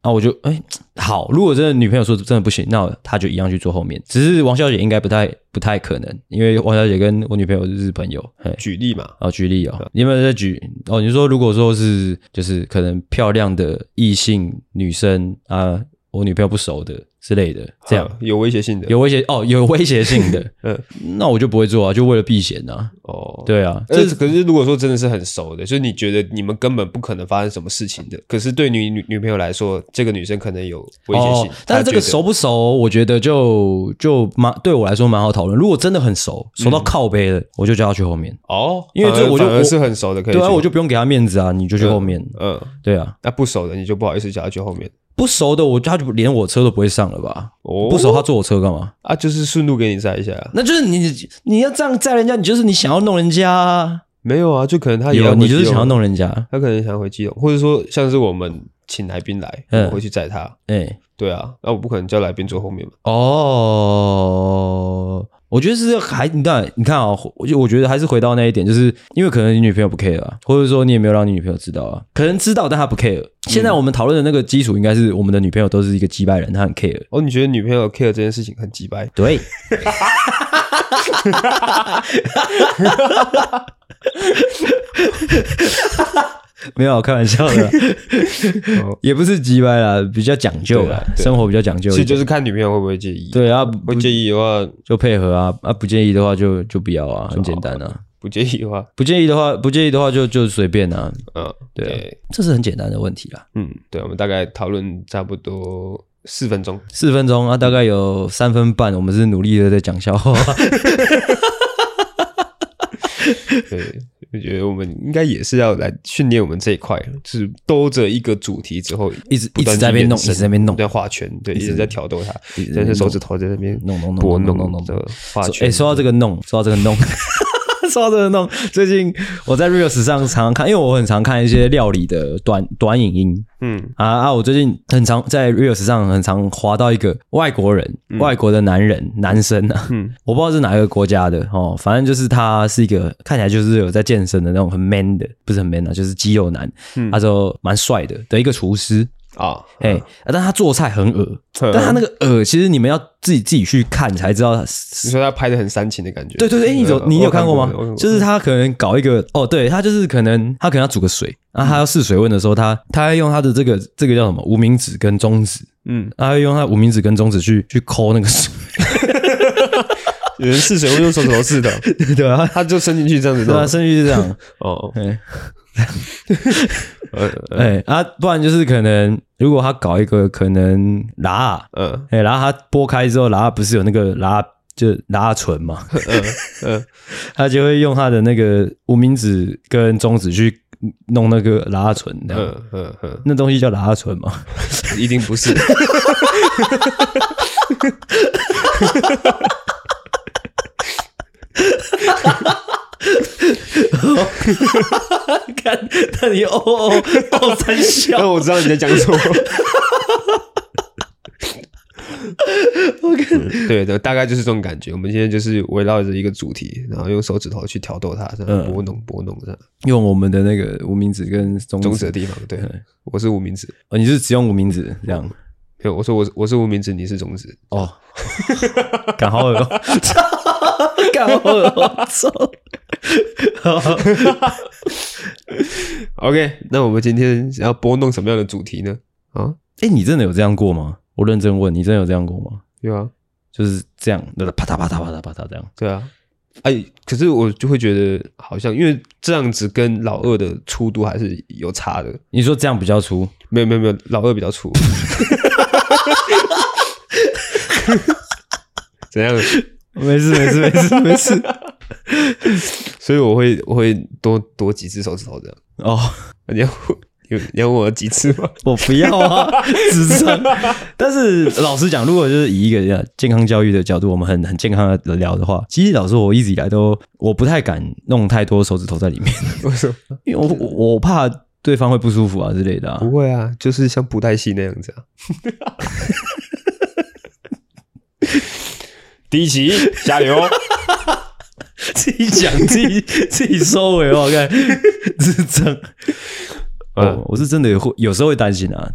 Speaker 2: 啊，我就哎、好，如果真的女朋友说真的不行，那他就一样去坐后面。只是王小姐应该不太不太可能，因为王小姐跟我女朋友是朋友。嘿
Speaker 1: 举例嘛，
Speaker 2: 哦，举例哦，你有没有在举？哦，你说如果说是就是可能漂亮的异性女生啊，我女朋友不熟的之类的，这样
Speaker 1: 啊有威胁性的，
Speaker 2: 有威胁哦，有威胁性的
Speaker 1: 嗯，
Speaker 2: 那我就不会做啊，就为了避嫌啊，
Speaker 1: 哦。
Speaker 2: 对啊，
Speaker 1: 这可是如果说真的是很熟的，就是你觉得你们根本不可能发生什么事情的，可是对女女女朋友来说，这个女生可能有危险性。
Speaker 2: 哦。但是这个
Speaker 1: 她觉得
Speaker 2: 熟不熟，我觉得就就蛮对我来说蛮好讨论。如果真的很熟，熟到靠背了，我就叫他去后面。
Speaker 1: 哦，
Speaker 2: 因为这
Speaker 1: 嗯反而
Speaker 2: 我就
Speaker 1: 反
Speaker 2: 我
Speaker 1: 而是很熟的，可以
Speaker 2: 对啊，
Speaker 1: 去
Speaker 2: 我就不用给他面子啊，你就去后面。
Speaker 1: 嗯，
Speaker 2: 对啊，
Speaker 1: 那不熟的你就不好意思叫她去后面
Speaker 2: 不熟的我他就连我车都不会上了吧？
Speaker 1: 哦
Speaker 2: 不熟他坐我车干嘛？
Speaker 1: 啊，就是顺路给你载一下啊。
Speaker 2: 那就是你你要这样载人家，你就是你想要弄人家啊。
Speaker 1: 没有啊，就可能他也
Speaker 2: 有
Speaker 1: 要
Speaker 2: 你
Speaker 1: 回
Speaker 2: 就是
Speaker 1: 基隆
Speaker 2: 想要弄人家，啊
Speaker 1: 他可能想回基隆，或者说像是我们请来宾来，
Speaker 2: 嗯
Speaker 1: 我会去载他。
Speaker 2: 哎、
Speaker 1: 对啊，那我不可能叫来宾坐后面嘛。
Speaker 2: 哦，我觉得是还你看，你看啊、哦，我就我觉得还是回到那一点，就是因为可能你女朋友不 care 啊，或者说你也没有让你女朋友知道啊，可能知道但她不 care。现在我们讨论的那个基础应该是我们的女朋友都是一个击败人，她很 care。
Speaker 1: 哦，你觉得女朋友 care 这件事情很鸡掰？
Speaker 2: 对，没有啊开玩笑的啦
Speaker 1: 哦，
Speaker 2: 也不是击败啦，比较讲究
Speaker 1: 对
Speaker 2: 啦
Speaker 1: 啊，对啊
Speaker 2: 生活比较讲究一
Speaker 1: 其
Speaker 2: 点，
Speaker 1: 实就是看女朋友会不会介意。，
Speaker 2: 对啊，
Speaker 1: 会介意的话
Speaker 2: 就配合啊，啊不介意的话就就不要啊，很简单啊。
Speaker 1: 不介意的话，
Speaker 2: 不介意的话，不介意的话就就随便啊，
Speaker 1: 嗯，
Speaker 2: 对啊这是很简单的问题啊啦。
Speaker 1: 嗯，对，我们大概讨论差不多四分钟。
Speaker 2: 四分钟啊，大概有三分半，我们是努力的在讲笑话。
Speaker 1: 对，我觉得我们应该也是要来训练我们这一块，就是兜着一个主题之后，
Speaker 2: 一直
Speaker 1: 不断
Speaker 2: 一直在那边
Speaker 1: 去延
Speaker 2: 弄
Speaker 1: 伸
Speaker 2: 一直在那边弄
Speaker 1: 在画圈，对，一直在挑逗他，
Speaker 2: 一直在那
Speaker 1: 但
Speaker 2: 边
Speaker 1: 是手
Speaker 2: 弄
Speaker 1: 指头在那边
Speaker 2: 弄弄弄
Speaker 1: 拨
Speaker 2: 弄弄弄
Speaker 1: 的画
Speaker 2: 说
Speaker 1: 圈。
Speaker 2: 哎、说到这个弄，说到这个弄，说到这个弄，最近我在 Reels 上常常看，因为我很常看一些料理的短短影音
Speaker 1: 嗯，
Speaker 2: 啊啊！我最近很常在 Reels 上很常滑到一个外国人，外国的男人，男生啊，
Speaker 1: 嗯
Speaker 2: 我不知道是哪一个国家的哦，反正就是他是一个看起来就是有在健身的那种很 man 的，不是很 man 啊，就是肌肉男，他就蛮帅的的一个厨师。
Speaker 1: 啊，
Speaker 2: 哎、啊但他做菜很恶，但他那个恶，其实你们要自己自己去看才知道他
Speaker 1: 你说他拍的很煽情的感觉，
Speaker 2: 对对对，哎，你有
Speaker 1: 呃
Speaker 2: 你
Speaker 1: 我
Speaker 2: 有看过吗
Speaker 1: 我有看？
Speaker 2: 就是他可能搞一个哦，对他就是可能他可能要煮个水，啊，他要试水温的时候，他他要用他的这个这个叫什么无名指跟中指，
Speaker 1: 嗯，
Speaker 2: 他要用他的无名指跟中指去去抠那个水，
Speaker 1: 有人试水会用手指头试的，
Speaker 2: 对啊，
Speaker 1: 他就伸进去这样子
Speaker 2: 对
Speaker 1: 弄
Speaker 2: 啊，，甚至是这样，
Speaker 1: 哦，
Speaker 2: 哎
Speaker 1: 呃
Speaker 2: 哎啊，不然就是可能如果他搞一个可能拉，
Speaker 1: 呃
Speaker 2: 哎，然后他剥开之后，拉不是有那个拉。就拉唇嘛，
Speaker 1: 呃，
Speaker 2: 他就会用他的那个无名指跟中指去弄那个拉唇，这样、
Speaker 1: 嗯嗯嗯，
Speaker 2: 那东西叫拉唇嘛。
Speaker 1: 一定不是，
Speaker 2: 看，那你哦 哦哦三
Speaker 1: 但
Speaker 2: 笑，
Speaker 1: 我知道你在讲什么。嗯对的，大概就是这种感觉。我们现在就是围绕着一个主题，然后用手指头去挑逗它，这样拨弄拨弄这样
Speaker 2: 用我们的那个无名指跟中指。
Speaker 1: 中指的地方。对，我是无名指，
Speaker 2: 哦，你是只用无名指这样？
Speaker 1: 没有，我说我是我是无名指，你是中指。
Speaker 2: 哦，敢好 恶哦，敢好恶哦，操！
Speaker 1: OK，那我们今天要拨弄什么样的主题呢？啊，
Speaker 2: 哎，你真的有这样过吗？我认真问你，真的有这样过吗？
Speaker 1: 有啊，
Speaker 2: 就是这样，啪嗒啪嗒啪嗒啪嗒这样。
Speaker 1: 对啊，哎，可是我就会觉得好像，因为这样子跟老二的粗度还是有差的。
Speaker 2: 你说这样比较粗，
Speaker 1: 没有没有没有，老二比较粗。 怎样？
Speaker 2: 没事没事没事没事。
Speaker 1: 所以我会我会多多几只手指头这样。
Speaker 2: 哦，
Speaker 1: 你要你你要问我几次吗？
Speaker 2: 我不要 啊，智障。但是老实讲，如果就是以一个呃健康教育的角度，我们很很健康的聊的话，其实老师我一直以来都我不太敢弄太多手指头在里面，
Speaker 1: 我说
Speaker 2: 因为我我我怕对方会不舒服啊之类的、啊
Speaker 1: 不。会啊，就是像布袋戏那样子啊。 第一集加 油！
Speaker 2: 自己讲自 己自己收尾 哦，我看智障。
Speaker 1: 嗯
Speaker 2: 呃哦，我是真的会有时候会担心啊，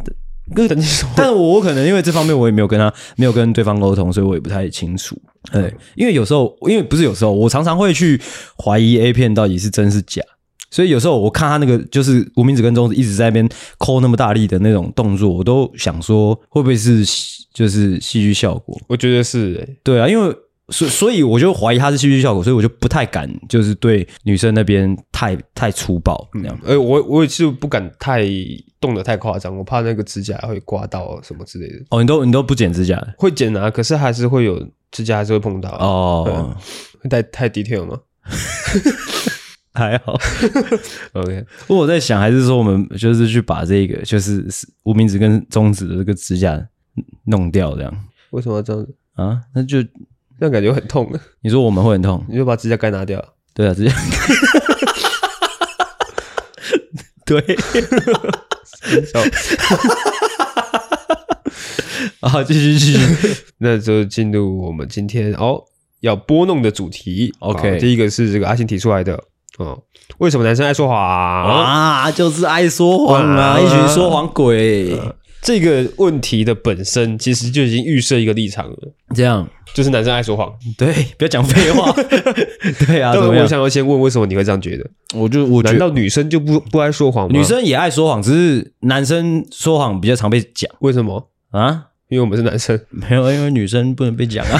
Speaker 2: 但
Speaker 1: 但你说
Speaker 2: 但我我可能因为这方面我也没有跟他没有跟对方沟通，所以我也不太清楚。对，因为有时候，因为不是有时候，我常常会去怀疑 A 片到底是真是假。所以有时候我看他那个就是无名指跟中指一直在那边抠那么大力的那种动作，我都想说会不会是戏就是戏剧效果？
Speaker 1: 我觉得是、欸，
Speaker 2: 对啊，因为所所以我就怀疑他是戏剧效果，所以我就不太敢就是对女生那边太太粗暴那样。
Speaker 1: 呃，我我也是不敢太动得太夸张，我怕那个指甲会刮到啊什么之类的。
Speaker 2: 哦，你都你都不剪指甲的
Speaker 1: 会剪啊，可是还是会有指甲还是会碰到啊，
Speaker 2: 哦，
Speaker 1: 会太太 detail 吗
Speaker 2: 还好。
Speaker 1: ？OK，
Speaker 2: 不过我在想，还是说我们就是去把这个就是无名指跟中指的这个指甲弄掉，这样
Speaker 1: 为什么要这样子？
Speaker 2: 啊？那就
Speaker 1: 这样感觉很痛，
Speaker 2: 你说我们会很痛，
Speaker 1: 你就把指甲盖拿掉。
Speaker 2: 对啊，指甲， 对
Speaker 1: 笑
Speaker 2: 啊，继续继续，
Speaker 1: 那就进入我们今天哦要拨弄的主题。
Speaker 2: OK
Speaker 1: 好第一个是这个阿信提出来的哦，为什么男生爱说谎？
Speaker 2: 啊，就是爱说谎
Speaker 1: 啊
Speaker 2: 啊，一群说谎鬼，
Speaker 1: 这个问题的本身其实就已经预设一个立场了，
Speaker 2: 这样
Speaker 1: 就是男生爱说谎。
Speaker 2: 对，不要讲废 话，对啊，
Speaker 1: 但
Speaker 2: 怎么
Speaker 1: 我
Speaker 2: 样？
Speaker 1: 想要先问，为什么你会这样觉得？
Speaker 2: 我就我觉
Speaker 1: 难
Speaker 2: 得
Speaker 1: 道女生就不不爱说谎吗？
Speaker 2: 女生也爱说谎，只是男生说谎比较常被讲
Speaker 1: 为什么？
Speaker 2: 啊。
Speaker 1: 因为我们是男 生，
Speaker 2: 没有，因为女生不能被讲啊。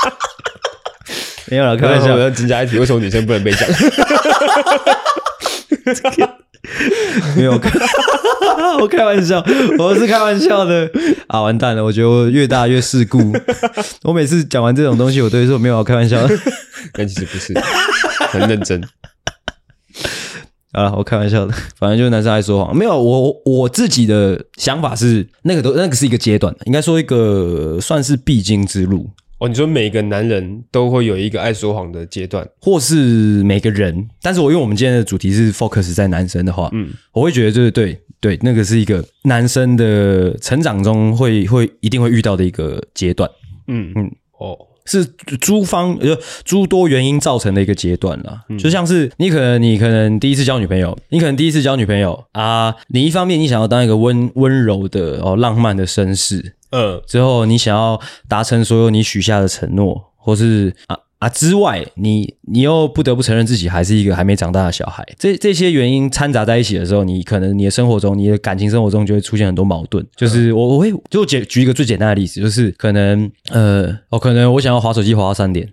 Speaker 2: 没有了，开玩
Speaker 1: 然后
Speaker 2: 笑
Speaker 1: 我。要增加一题，为什么女生不能被 讲？
Speaker 2: 没有， 我开玩笑，我是开玩笑的啊！完蛋了，我觉得我越大越世故。 我每次讲完这种东西，我都会说没有，我啊开玩笑。
Speaker 1: 但其实不是，很认真。
Speaker 2: 啊，我开玩笑的，反正就是男生爱说谎。没有，我我自己的想法是，那个都那个是一个阶段，应该说一个算是必经之路，
Speaker 1: 哦，你说每个男人都会有一个爱说谎的阶段，
Speaker 2: 或是每个人。但是我因为我们今天的主题是 focus 在男生的话，
Speaker 1: 嗯，
Speaker 2: 我会觉得就是对对，那个是一个男生的成长中会会一定会遇到的一个阶段，
Speaker 1: 嗯
Speaker 2: 嗯，
Speaker 1: 哦，
Speaker 2: 是诸方就诸多原因造成的一个阶段啦。就像是你可能你可能第一次交女朋友，你可能第一次交女朋友啊，你一方面你想要当一个温温柔的哦浪漫的绅士，
Speaker 1: 嗯，
Speaker 2: 之后你想要达成所有你许下的承诺，或是啊。啊，之外，你你又不得不承认自己还是一个还没长大的小孩，这这些原因掺杂在一起的时候，你可能你的生活中、你的感情生活中就会出现很多矛盾。就是我我会就举举一个最简单的例子，就是可能呃，哦，可能我想要划手机划到三点，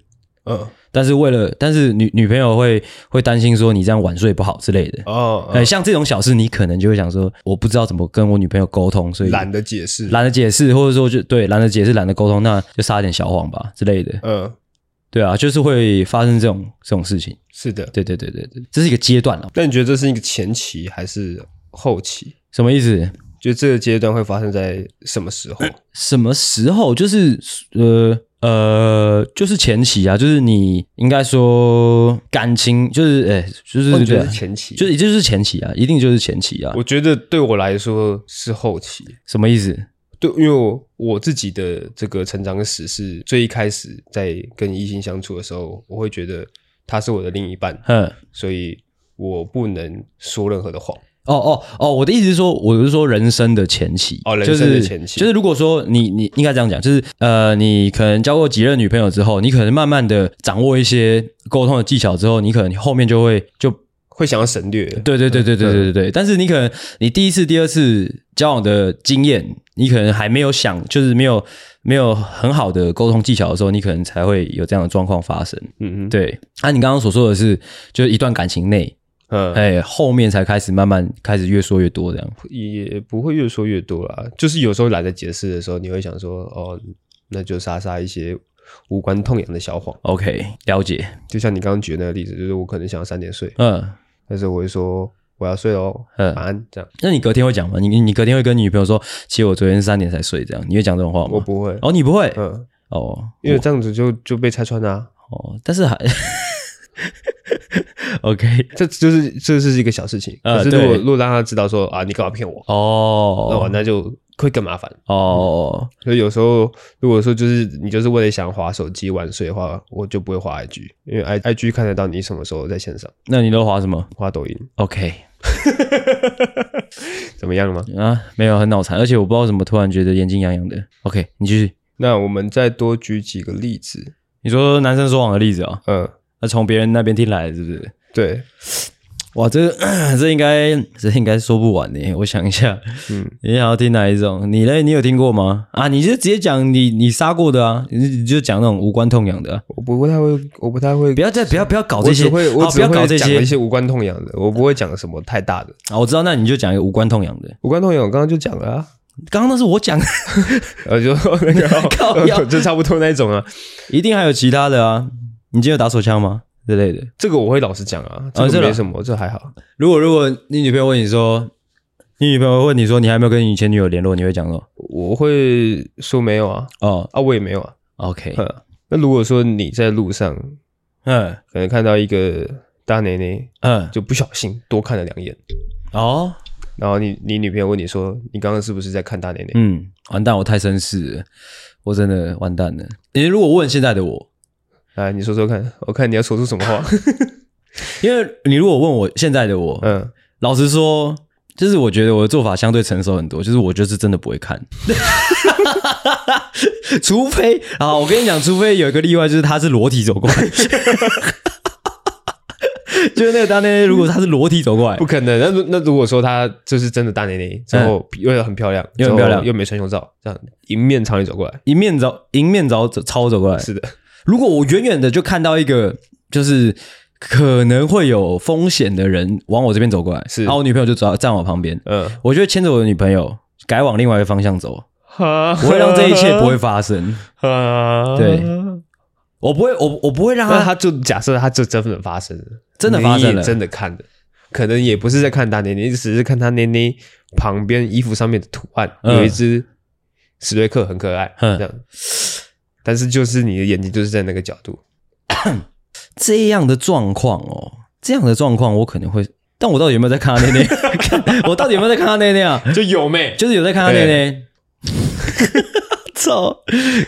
Speaker 1: 嗯，
Speaker 2: 但是为了但是女女朋友会会担心说你这样晚睡不好之类的。
Speaker 1: 哦，
Speaker 2: 呃，像这种小事，你可能就会想说，我不知道怎么跟我女朋友沟通，所以
Speaker 1: 懒得解释，
Speaker 2: 懒得解释，或者说就对懒得解释、懒得沟通，那就撒一点小谎吧之类的。
Speaker 1: 嗯，
Speaker 2: 对啊，就是会发生这种这种事情。
Speaker 1: 是的。
Speaker 2: 对对对对对，这是一个阶段啊了。
Speaker 1: 那你觉得这是一个前期还是后期？
Speaker 2: 什么意思？
Speaker 1: 就这个阶段会发生在什么时候？
Speaker 2: 什么时候？就是呃呃，就是前期啊，就是你应该说感情，就是哎、就是
Speaker 1: 我哦觉
Speaker 2: 对啊
Speaker 1: 得是前期，
Speaker 2: 就是也就是前期啊，一定就是前期啊。
Speaker 1: 我觉得对我来说是后期。
Speaker 2: 什么意思？
Speaker 1: 对，因为我我自己的这个成长史是最一开始在跟异性相处的时候，我会觉得他是我的另一半，
Speaker 2: 嗯，
Speaker 1: 所以我不能说任何的谎。
Speaker 2: 哦哦哦，我的意思是说，我是说人生的前期
Speaker 1: 哦人
Speaker 2: 就
Speaker 1: 生的
Speaker 2: 是
Speaker 1: 前期
Speaker 2: 就是如果说你你应该这样讲，就是呃，你可能交过几任女朋友之后，你可能慢慢的掌握一些沟通的技巧之后，你可能后面就会就
Speaker 1: 会想要省略，
Speaker 2: 对对对对对对对对，但是你可能你第一次、第二次交往的经验，你可能还没有想，就是没有没有很好的沟通技巧的时候，你可能才会有这样的状况发生。
Speaker 1: 嗯嗯，，
Speaker 2: 对，那、你刚刚所说的是，就是一段感情内，
Speaker 1: 嗯，
Speaker 2: 哎，后面才开始慢慢开始越说越多这样。
Speaker 1: 也不会越说越多啦。就是有时候懒得解释的时候，你会想说，哦，那就撒撒一些无关痛痒的小谎。
Speaker 2: OK，了解。
Speaker 1: 就像你刚刚举的那个例子，就是我可能想要三点睡，
Speaker 2: 嗯，
Speaker 1: 但是我会说我要睡喽，
Speaker 2: 嗯
Speaker 1: 晚安，这样
Speaker 2: 那你隔天会讲吗？你你你隔天会跟你女朋友说，其实我昨天三点才睡，这样你会讲这种话
Speaker 1: 我
Speaker 2: 吗？
Speaker 1: 不会，
Speaker 2: 哦，你不会、
Speaker 1: 嗯，
Speaker 2: 哦
Speaker 1: 因为这样子就就被拆穿啦、
Speaker 2: 哦，但是还 OK
Speaker 1: 这就是这是一个小事情，
Speaker 2: 呃
Speaker 1: 可是如果
Speaker 2: 对
Speaker 1: 如果让他知道说啊，你干嘛骗我，那我
Speaker 2: 哦
Speaker 1: 那就会更麻烦。
Speaker 2: 哦
Speaker 1: 所以有时候如果说就是你就是为了想滑手机晚睡的话，我就不会滑 IG，因为 I IG 看得到你什么时候在线上
Speaker 2: 那你都滑什么
Speaker 1: 滑抖音。
Speaker 2: ？OK，
Speaker 1: 怎么样了吗？
Speaker 2: 啊，没有很脑残，而且我不知道怎么突然觉得眼睛痒痒的。OK，你继续。
Speaker 1: 那我们再多举几个例子。
Speaker 2: 你说男生说谎的例子啊、
Speaker 1: 嗯，
Speaker 2: 那从别人那边听来的，是不是？
Speaker 1: 对，
Speaker 2: 哇，这个 这应该这应该说不完呢。我 想一下，
Speaker 1: 嗯
Speaker 2: 你想要听哪一种？你嘞，你有听过吗？啊，你就直接讲你你杀过的啊，你你就讲那种无关痛痒的啊、
Speaker 1: 我不太会，我不太会
Speaker 2: 不。要再不要不要搞
Speaker 1: 我
Speaker 2: 这
Speaker 1: 只
Speaker 2: 些，
Speaker 1: 会，我
Speaker 2: 好
Speaker 1: 只
Speaker 2: 不要搞
Speaker 1: 会
Speaker 2: 这
Speaker 1: 讲一
Speaker 2: 些
Speaker 1: 些无关痛痒的，我不会讲什么太大的。
Speaker 2: 啊！我知道，那你就讲一个无关痛痒的。
Speaker 1: 无关痛痒，我刚刚就讲了啊，
Speaker 2: 刚刚那是我讲的，
Speaker 1: 呃，就 那
Speaker 2: 靠腰
Speaker 1: 个 就差不多那一种啊。
Speaker 2: 一定还有其他的啊。你今天有打手枪吗之类的？
Speaker 1: 这个我会老实讲啊，
Speaker 2: 哦
Speaker 1: 这
Speaker 2: 是
Speaker 1: 个
Speaker 2: 啦
Speaker 1: 没什么，这还好。
Speaker 2: 如果如果你女朋友问你说，你女朋友问你说你还没有跟你前女友联络，你会讲什么？
Speaker 1: 我会说没有啊，
Speaker 2: 哦
Speaker 1: 啊，我也没有啊。
Speaker 2: ，OK，
Speaker 1: 哼那如果说你在路上
Speaker 2: 嗯
Speaker 1: 可能看到一个大奶奶，
Speaker 2: 嗯，
Speaker 1: 就不小心多看了两眼，
Speaker 2: 哦，
Speaker 1: 然后你你女朋友问你说，你刚刚是不是在看大奶奶？
Speaker 2: 嗯，完蛋，我太绅士了，我真的完蛋了。你如果问现在的我，
Speaker 1: 来，哎你说说看，我看你要说出什么 话。
Speaker 2: 因为你如果问我现在的我，
Speaker 1: 嗯，
Speaker 2: 老实说，就是我觉得我的做法相对成熟很多，就是我就是真的不会看， 除非啊，我跟你讲，除非有一个例外，就是他是裸体走过来。 就是那个当天，如果他是裸体走过来
Speaker 1: 不，可能。那如那如果说她就是真的大奶奶，之后又很漂亮，
Speaker 2: 嗯又很漂亮
Speaker 1: 之后又没穿胸罩，这样迎面朝你走过来，
Speaker 2: 迎面走迎面走走超走过来。
Speaker 1: 是的，
Speaker 2: 如果我远远的就看到一个就是可能会有风险的人往我这边走过来，
Speaker 1: 是
Speaker 2: 然后我女朋友就走站我旁边，
Speaker 1: 嗯，
Speaker 2: 我就会牵着我的女朋友改往另外一个方向走，
Speaker 1: 我
Speaker 2: 我会让这一切 不会发生。对我不会，我我不会让
Speaker 1: 那
Speaker 2: 他
Speaker 1: 他就假设他就真的发生了，
Speaker 2: 啊真的发生了
Speaker 1: 你也真的看了，可能也不是在看大捏捏，只是看他捏捏旁边衣服上面的图案，
Speaker 2: 嗯
Speaker 1: 有一只史瑞克很可爱，
Speaker 2: 嗯
Speaker 1: 这样。但是就是你的眼睛就是在那个角度，
Speaker 2: 这样的状况哦，这样的状况我可能会，但我到底有没有在看他内内？啊 我到底有没有在看他内内啊？
Speaker 1: 就有妹。
Speaker 2: 就是有在看他内内。
Speaker 1: 哎
Speaker 2: 操！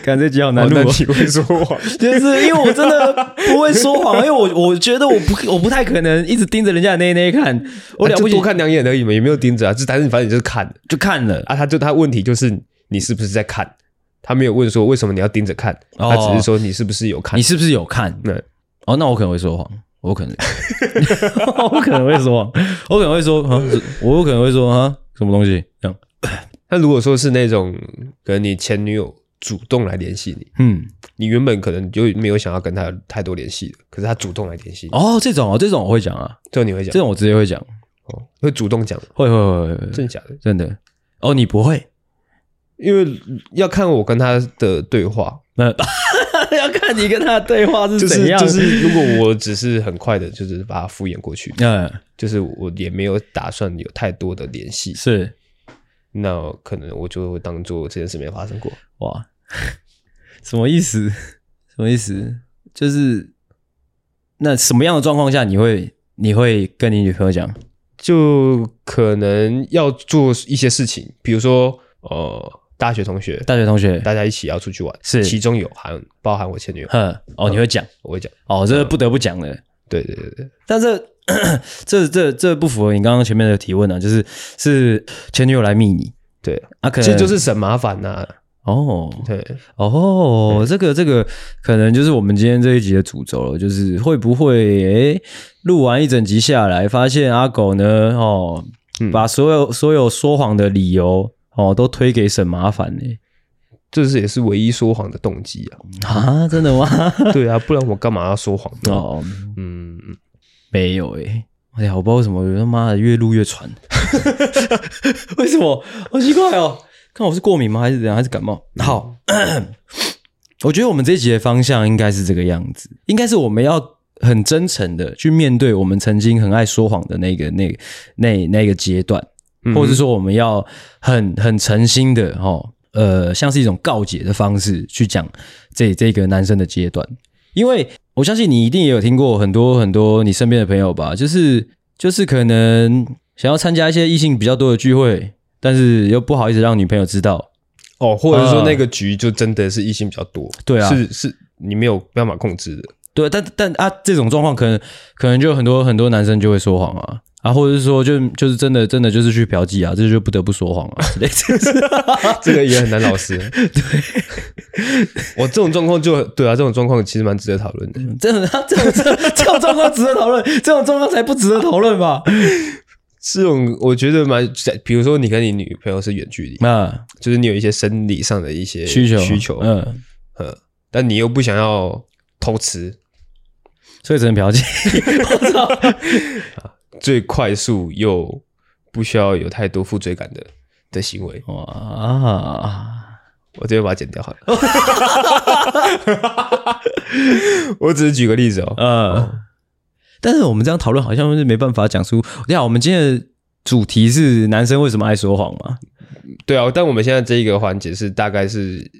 Speaker 2: 感觉集好难
Speaker 1: 哦
Speaker 2: 录、
Speaker 1: 那
Speaker 2: 哦。
Speaker 1: 你会说谎？
Speaker 2: 就是因为我真的不会说谎，因为我我觉得我不我不太可能一直盯着人家的内内看， 我了
Speaker 1: 啊
Speaker 2: 不
Speaker 1: 就
Speaker 2: 起
Speaker 1: 多看两眼而已嘛，也没有盯着啊，就但是反正你就是看
Speaker 2: 就看了。
Speaker 1: 啊。他就他问题就是你是不是在看，他没有问说为什么你要盯着看，
Speaker 2: 哦
Speaker 1: 他只是说你是不是有看
Speaker 2: 你。是不是有看？
Speaker 1: 那
Speaker 2: 哦，那我可能会说谎，我可能， 我可能会说谎，我可能会说，啊我有可能会说啊，什么东西？这样，
Speaker 1: 那如果说是那种跟你前女友主动来联系你，
Speaker 2: 嗯，
Speaker 1: 你原本可能就没有想要跟她有太多联系的，可是她主动来联系你，
Speaker 2: 哦，这种哦，这种我会讲啊，
Speaker 1: 这、你会
Speaker 2: 这
Speaker 1: 讲，
Speaker 2: 种我直接会讲，
Speaker 1: 哦、会主动讲，
Speaker 2: 会会会会会，
Speaker 1: 真的假的？
Speaker 2: 真的。哦，你不会？
Speaker 1: 因为要看我跟她的对话，
Speaker 2: 那 要看你跟他的对话
Speaker 1: 就是是
Speaker 2: 怎样。
Speaker 1: 就是，如果我只是很快的，就是把她敷衍 过去，
Speaker 2: 嗯，
Speaker 1: 就是我也没有打算有太多的联系，
Speaker 2: 是
Speaker 1: 那可能我就会当做这件事没发生过。
Speaker 2: 哇， 什么意思？什么意思？就是那什么样的状况下你会你会跟你女朋友讲？
Speaker 1: 就可能要做一些事情，比如说呃，大学同学，
Speaker 2: 大学同学，
Speaker 1: 大家一起要出去玩，
Speaker 2: 是
Speaker 1: 其中有含包含我前女友，
Speaker 2: 哼，哦，你会讲
Speaker 1: 我会讲，
Speaker 2: 哦，
Speaker 1: 嗯
Speaker 2: 这不得不讲的。
Speaker 1: 对对对对，
Speaker 2: 但这 这这这不符合你刚刚前面的提问啊，就是是前女友来密你，
Speaker 1: 对，
Speaker 2: 啊，可能
Speaker 1: 其实就是省麻烦呐、
Speaker 2: 哦，
Speaker 1: 对，
Speaker 2: 哦，这个这个可能就是我们今天这一集的主轴了，就是会不会诶录完一整集下来，发现阿狗呢哦，
Speaker 1: 嗯
Speaker 2: 把所有所有说谎的理由哦都推给沈麻烦呢、
Speaker 1: 这是也是唯一说谎的动机 啊。
Speaker 2: 啊，真的吗？
Speaker 1: 对啊，不然我干嘛要说谎 呢？
Speaker 2: 哦，
Speaker 1: 嗯，
Speaker 2: 没有诶、哎呀，我不知道为什么，我他妈的越录越喘， 为什么？好奇怪哦！嗯看我是过敏吗？还是怎样？还是感冒？好， 我觉得我们这一集的方向应该是这个样子，应该是我们要很真诚的去面对我们曾经很爱说谎的那个、那个、那那个阶段，
Speaker 1: 嗯
Speaker 2: 或者是说我们要很很诚心的哦，呃，像是一种告解的方式去讲这这个男生的阶段，因为我相信你一定也有听过很多很多你身边的朋友吧，就是就是可能想要参加一些异性比较多的聚会，但是又不好意思让女朋友知道，
Speaker 1: 哦，或者是说
Speaker 2: 啊
Speaker 1: 那个局就真的是异性比较多，
Speaker 2: 对啊
Speaker 1: 是是，你没有办法控制的，
Speaker 2: 对，但但啊，这种状况可能可能就很多很多男生就会说谎啊啊，或者是说就就是真的真的就是去嫖妓啊，这就不得不说谎啊之类的。
Speaker 1: 这个也很难 老实。对，我这种状况就对啊，这种状况其实蛮值得讨论的。
Speaker 2: 这种 这种这种这种状况值得讨论，这种状况才不值得讨论吧？
Speaker 1: 这种我觉得蛮，比如说你跟你女朋友是远距离，
Speaker 2: 那
Speaker 1: 就是你有一些生理上的一些
Speaker 2: 需求
Speaker 1: 需求，嗯
Speaker 2: 嗯，
Speaker 1: 但你又不想要偷吃，
Speaker 2: 所以只能 嫖妓。我操！
Speaker 1: 最快速又不需要有太多负罪感的的行为，
Speaker 2: 哇啊！
Speaker 1: 我这边把它剪掉好了。 我只是举个例子哦，
Speaker 2: 呃，但是我们这样讨论好像是没办法讲出。你看，我们今天的主题是男生为什么爱说谎嘛？
Speaker 1: 对啊，但我们现在这一个环节是大概是